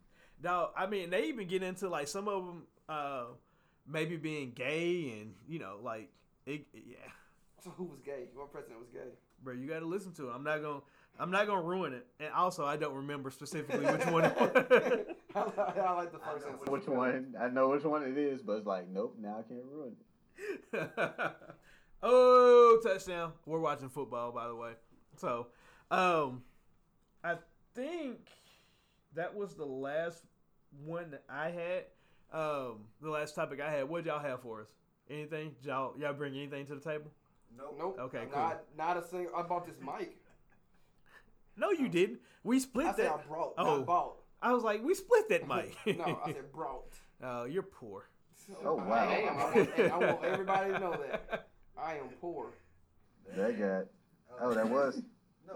Speaker 2: no, I mean they even get into like some of them uh, maybe being gay and you know like it, yeah,
Speaker 8: So who was gay? What president was gay?
Speaker 2: bro, you got to listen to it. I'm not gonna I'm not gonna ruin it. And also, I don't remember specifically which one. It was.
Speaker 8: I, like- I like the first
Speaker 9: know
Speaker 8: answer.
Speaker 9: what
Speaker 4: Which one? I know which one it is, but it's like, nope, now I can't ruin it.
Speaker 2: oh, touchdown! We're watching football, by the way. So, um, I think that was the last one that I had. Um, the last topic I had. What y'all have for us? Anything? Did Y'all, y'all bring anything to the table?
Speaker 9: Nope.
Speaker 8: Nope.
Speaker 2: Okay, cool.
Speaker 8: Not, not a single. I bought this mic.
Speaker 2: No, you didn't. We split
Speaker 8: I said
Speaker 2: that.
Speaker 8: I brought.
Speaker 2: Oh.
Speaker 8: Not bought.
Speaker 2: I was like, we split that mic.
Speaker 8: No, I said brought.
Speaker 2: oh, you're poor.
Speaker 4: Oh,
Speaker 8: I
Speaker 4: wow.
Speaker 8: am. I want, and I want everybody to know that. I am poor.
Speaker 4: That got. Oh, that was.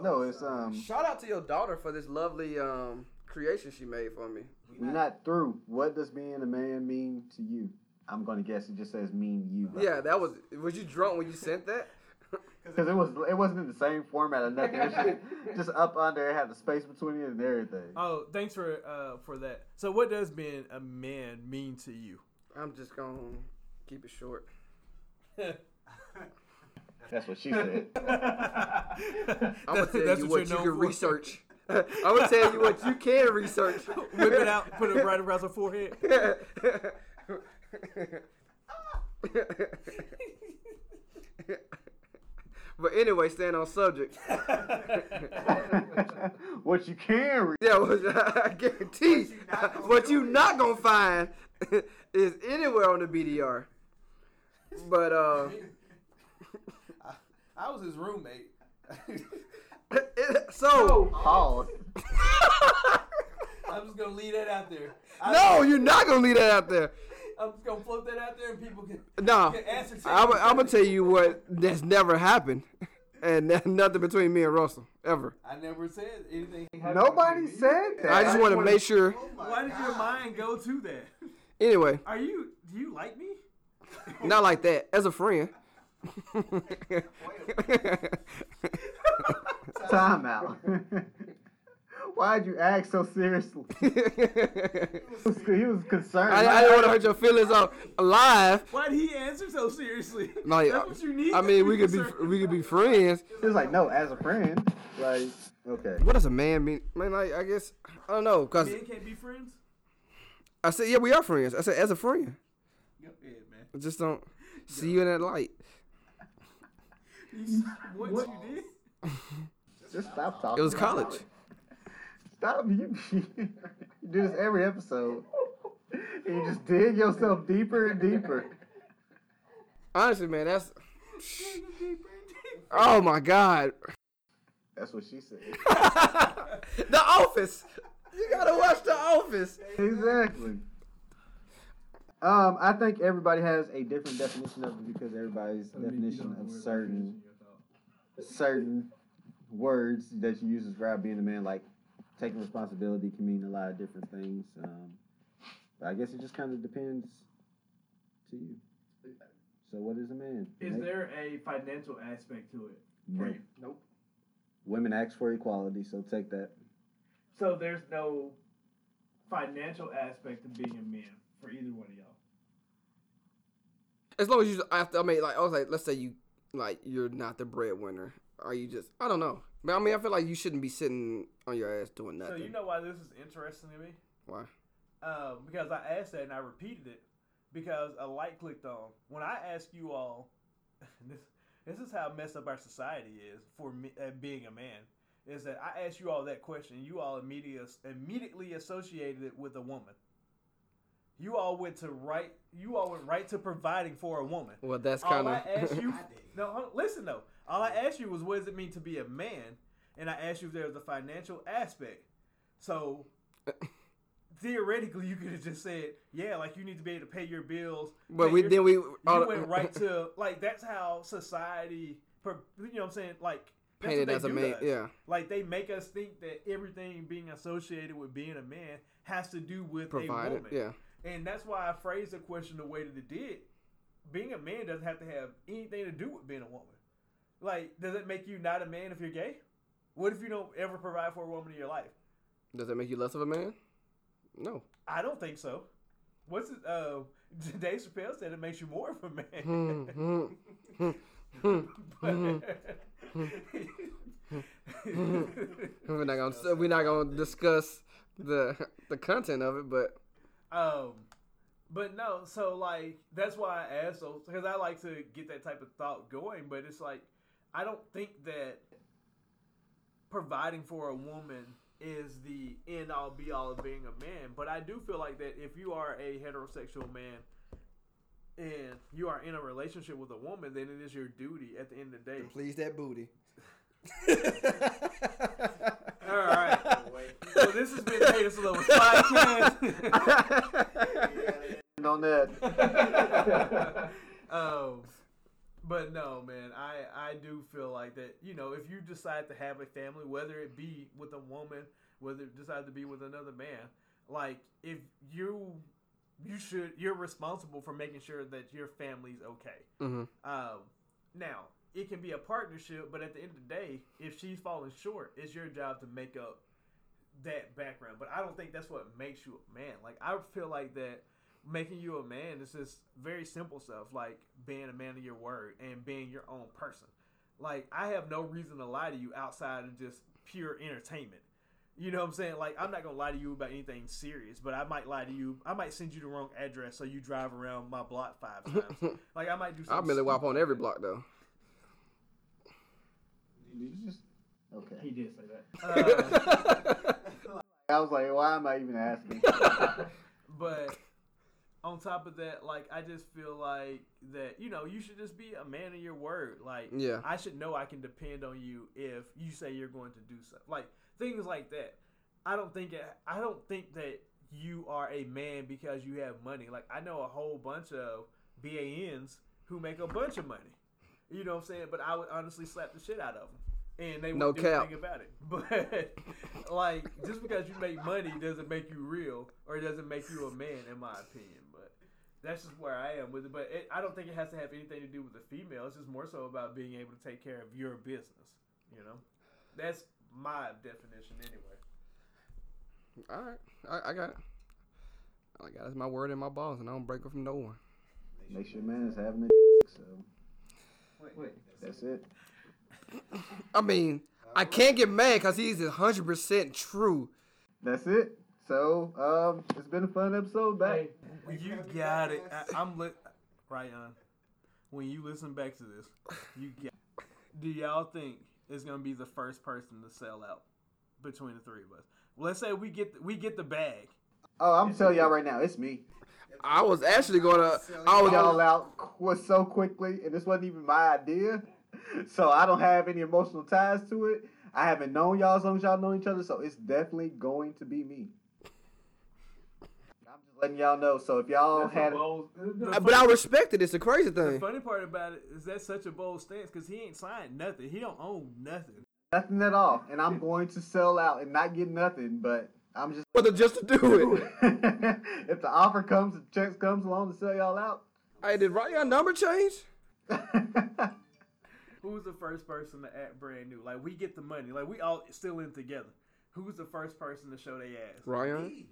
Speaker 4: No, it's
Speaker 3: uh,
Speaker 4: um.
Speaker 3: Shout out to your daughter for this lovely um, creation she made for me.
Speaker 4: We're not through. What does being a man mean to you? I'm gonna guess it just says mean you.
Speaker 3: Yeah, that was. Was you drunk when you sent that?
Speaker 4: because it was it wasn't in the same format or nothing. It was just, just up under, it had the space between it and everything.
Speaker 2: Oh, thanks for uh for that. So, what does being a man mean to you?
Speaker 3: I'm just gonna keep it short.
Speaker 4: That's what she said.
Speaker 3: I'm gonna
Speaker 2: That's-
Speaker 3: tell
Speaker 2: that's what
Speaker 3: you what you
Speaker 2: you're
Speaker 3: can
Speaker 2: known for.
Speaker 3: research. I'm gonna tell you what you can research.
Speaker 2: Whip it out, put it right across her forehead.
Speaker 3: but anyway, staying on subject.
Speaker 4: what you can read.
Speaker 3: Yeah, well, I guarantee what you not gonna find is anywhere on the BDR. But uh,
Speaker 2: I was his roommate.
Speaker 3: it- so
Speaker 4: Pause.
Speaker 2: I'm just gonna leave that out there.
Speaker 3: no, you're not gonna leave that out there.
Speaker 2: I'm just gonna float that out there, and people can.
Speaker 3: No,
Speaker 2: answer to
Speaker 3: I'm,
Speaker 2: it.
Speaker 3: I'm gonna tell you what that's never happened, and that- nothing between me and Russell ever.
Speaker 2: I never said anything.
Speaker 4: Nobody said that.
Speaker 3: I Oh just want to
Speaker 4: wanna-
Speaker 3: make sure.
Speaker 2: Why did your mind go to that?
Speaker 3: Anyway,
Speaker 2: Are you? Do you like me?
Speaker 3: not like that. As a friend.
Speaker 4: time out. Why'd you act so seriously? He was, he was concerned.
Speaker 3: I, I didn't want to hurt your feelings off live.
Speaker 2: Why did he answer so seriously?
Speaker 3: Like,
Speaker 2: That's what you need.
Speaker 3: I
Speaker 2: to
Speaker 3: mean, we could be
Speaker 2: concerned.
Speaker 3: we could be friends.
Speaker 4: He was like, no, as a friend, like, okay.
Speaker 3: What does a man mean? Man, like, I guess I don't know. Cause
Speaker 2: Men can't be friends.
Speaker 3: I said, yeah, we are friends. I said, as a friend,
Speaker 2: Go ahead, man.
Speaker 3: I just don't see you in that light.
Speaker 2: You, s- what, you did?
Speaker 4: Just stop talking.
Speaker 3: It was
Speaker 4: about
Speaker 3: college.
Speaker 4: Stop. You, you do this every episode. And you just dig yourself deeper and deeper.
Speaker 3: Honestly, man, that's. Oh my God,
Speaker 4: That's what she said.
Speaker 3: The Office. You gotta watch The Office.
Speaker 4: Exactly. Um, I think everybody has a different definition of it because everybody's definition of certain certain words that you use to describe being a man, like taking responsibility, can mean a lot of different things. Um, but I guess it just kind of depends to you. So, what is a man?
Speaker 2: Is
Speaker 4: Like,
Speaker 2: there a financial aspect to it?
Speaker 4: no.
Speaker 8: Nope.
Speaker 4: Women ask for equality, so take that.
Speaker 2: So there's no financial aspect of being a man for either one of y'all.
Speaker 3: As long as you, after I mean, like I was like, let's say you, like you're not the breadwinner. Are you just? I don't know. But I mean, I feel like you shouldn't be sitting on your ass doing
Speaker 2: So
Speaker 3: nothing.
Speaker 2: you know why this is interesting to me?
Speaker 3: Why?
Speaker 2: Um, because I asked that and I repeated it because a light clicked on. When I ask you all, this this is how messed up our society is for me, uh, being a man. Is that I asked you all that question, you all immediately immediately associated it with a woman. You all went to right. You all went right to providing for a woman.
Speaker 3: Well, that's
Speaker 2: All
Speaker 3: kind
Speaker 2: I
Speaker 3: of.
Speaker 2: asked you, no, hold- listen though. All I asked you was, what does it mean to be a man? And I asked you if there was a financial aspect. So theoretically you could have just said, yeah, like you need to be able to pay your bills.
Speaker 3: But
Speaker 2: pay
Speaker 3: we
Speaker 2: your-
Speaker 3: then we
Speaker 2: you
Speaker 3: all-
Speaker 2: went right to like that's how society, per, you know, what I'm saying like that's what
Speaker 3: Painted
Speaker 2: they
Speaker 3: as a
Speaker 2: do
Speaker 3: man,
Speaker 2: to us.
Speaker 3: yeah.
Speaker 2: Like they make us think that everything being associated with being a man has to do with a
Speaker 3: provided.
Speaker 2: woman.
Speaker 3: Yeah,
Speaker 2: And that's why I phrased the question the way that it did. Being a man doesn't have to have anything to do with being a woman. Like, does it make you not a man if you're gay? What if you don't ever provide for a woman in your life?
Speaker 3: does that make you less of a man? No.
Speaker 2: I don't think so. What's it? Uh, Dave Chappelle said it makes you more of a man.
Speaker 3: Mhm.
Speaker 2: But-
Speaker 3: We're not gonna we're not gonna discuss the the content of it, but
Speaker 2: Um, but no, so like that's why I asked those because I like to get that type of thought going. But it's like I don't think that providing for a woman is the end all be all of being a man. But I do feel like that if you are a heterosexual man and you are in a relationship with a woman, then it is your duty at the end of the day.
Speaker 8: Please that booty.
Speaker 2: All right. so this has been Data Slovis podcast.
Speaker 3: Mm-hmm.
Speaker 4: And on that,
Speaker 2: um, but no, man, I I do feel like that. You know, if you decide to have a family, whether it be with a woman, whether you decide to be with another man, like if you you should you're responsible for making sure that your family's okay.
Speaker 3: Mhm.
Speaker 2: Um, now it can be a partnership, but at the end of the day, if she's falling short, it's your job to make up that background. But I don't think that's what makes you a man. Like I feel like that making you a man is just very simple stuff, like being a man of your word and being your own person. Like I have no reason to lie to you outside of just pure entertainment. You know what I'm saying? Like I'm not gonna lie to you about anything serious, but I might lie to you. I might send you the wrong address so you drive around my block five times. like I might do.
Speaker 3: I'll
Speaker 2: Something
Speaker 3: merely wop
Speaker 2: stupid.
Speaker 3: on every block though.
Speaker 4: you just okay.
Speaker 7: He did say that.
Speaker 2: Uh,
Speaker 4: I was like, why am I even asking?
Speaker 2: But on top of that, like I just feel like that you know you should just be a man of your word. Like
Speaker 3: Yeah.
Speaker 2: I should know I can depend on you if you say you're going to do something. Like things like that. I don't think it, I don't think that you are a man because you have money. Like I know a whole bunch of BANs who make a bunch of money. You know what I'm saying? But I would honestly slap the shit out of them. And they
Speaker 3: No
Speaker 2: wouldn't do
Speaker 3: cap.
Speaker 2: anything about it. But like just because you make money doesn't make you real or it doesn't make you a man in my opinion. But that's just where I am with it. But it, I don't think it has to have anything to do with the female. It's just more so about being able to take care of your business. You know, that's my definition anyway.
Speaker 3: All right, I, I got it. All I got is my word and my balls, and I don't break it from no one.
Speaker 4: Make sure man is having a so that's it.
Speaker 3: I mean, I can't get mad because he's hundred percent true.
Speaker 4: That's it. So, um, it's been a fun episode back.
Speaker 7: Hey,
Speaker 2: You got it. I, I'm li- Ryan. When you listen back to this, you got. Do y'all think it's gonna be the first person to sell out between the three of us? Let's say we get we get the bag.
Speaker 4: Oh, I'm telling y'all right now, it's me.
Speaker 3: I was actually gonna. I was
Speaker 4: Y'all out qu- was so quickly, and this wasn't even my idea. So I don't have any emotional ties to it. I haven't known y'all as long as y'all know each other, so it's definitely going to be me. I'm just letting y'all know. So if y'all
Speaker 7: that's
Speaker 4: had
Speaker 7: a bold-
Speaker 3: But I respect it. It's a crazy
Speaker 2: The
Speaker 3: thing.
Speaker 2: funny part about it is that's such a bold stance because he ain't signed nothing. He don't own nothing.
Speaker 4: nothing at all, and I'm going to sell out and not get nothing, but I'm just
Speaker 3: But just to do it.
Speaker 4: if the offer comes, the checks comes along to sell y'all out.
Speaker 3: Hey, did Ryan number change?
Speaker 2: Who's the first person to act brand new? Like we get the money. Like we all still in together. Who's the first person to show their ass?
Speaker 3: Ryan.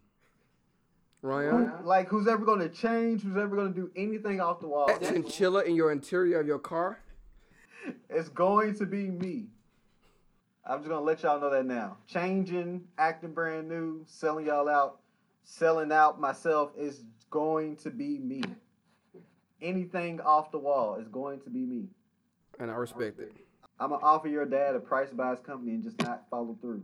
Speaker 3: Ryan.
Speaker 4: like who's ever going to change? Who's ever going to do anything off the wall?
Speaker 3: That chinchilla in your interior of your car.
Speaker 4: It's going to be me. I'm just gonna let y'all know that now. Changing, acting brand new, selling y'all out, selling out myself is going to be me. Anything off the wall is going to be me.
Speaker 3: And I respect it.
Speaker 4: I'm gonna offer your dad a price by his company and just not follow through.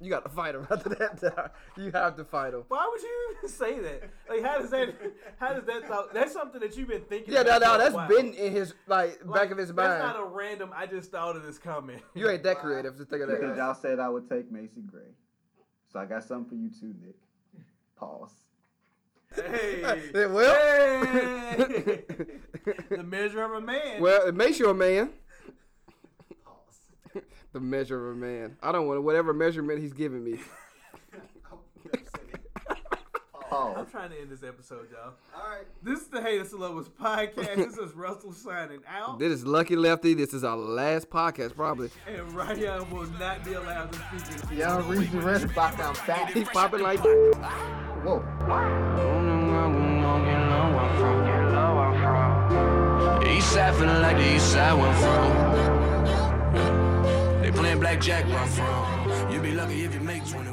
Speaker 3: You got to fight him after that. dog. You have to fight him.
Speaker 2: Why would you even say that? Like, how does that? How does that? Thought, that's something that you've been thinking.
Speaker 3: Yeah, no,
Speaker 2: about
Speaker 3: no,
Speaker 2: for a
Speaker 3: that's
Speaker 2: while.
Speaker 3: been in his like,
Speaker 2: Like,
Speaker 3: back of his
Speaker 2: That's
Speaker 3: mind.
Speaker 2: not a random. I just thought of this comment.
Speaker 3: you ain't that creative to think of
Speaker 4: Because y'all
Speaker 3: that.
Speaker 4: said I would take Macy Gray. So I got something for you too, Nick. Pause.
Speaker 2: hey.
Speaker 3: Yeah, well,
Speaker 2: Hey. the measure of a man.
Speaker 3: well, it makes you a man. The measure of a man. I don't want whatever measurement he's giving me.
Speaker 2: I'm
Speaker 4: Pause.
Speaker 2: trying to end this episode, y'all.
Speaker 9: All right.
Speaker 2: This is the Haters to Lovers podcast. this is Russell signing out.
Speaker 3: This is Lucky Lefty. This is our last podcast, probably.
Speaker 2: and Ryan will not be allowed to speak again.
Speaker 4: Y'all read the rest about I'm back.
Speaker 3: He's popping like.
Speaker 4: Whoa.
Speaker 1: East side feeling like the east side where I'm from. They playing blackjack where I'm from. You be lucky if you make 21.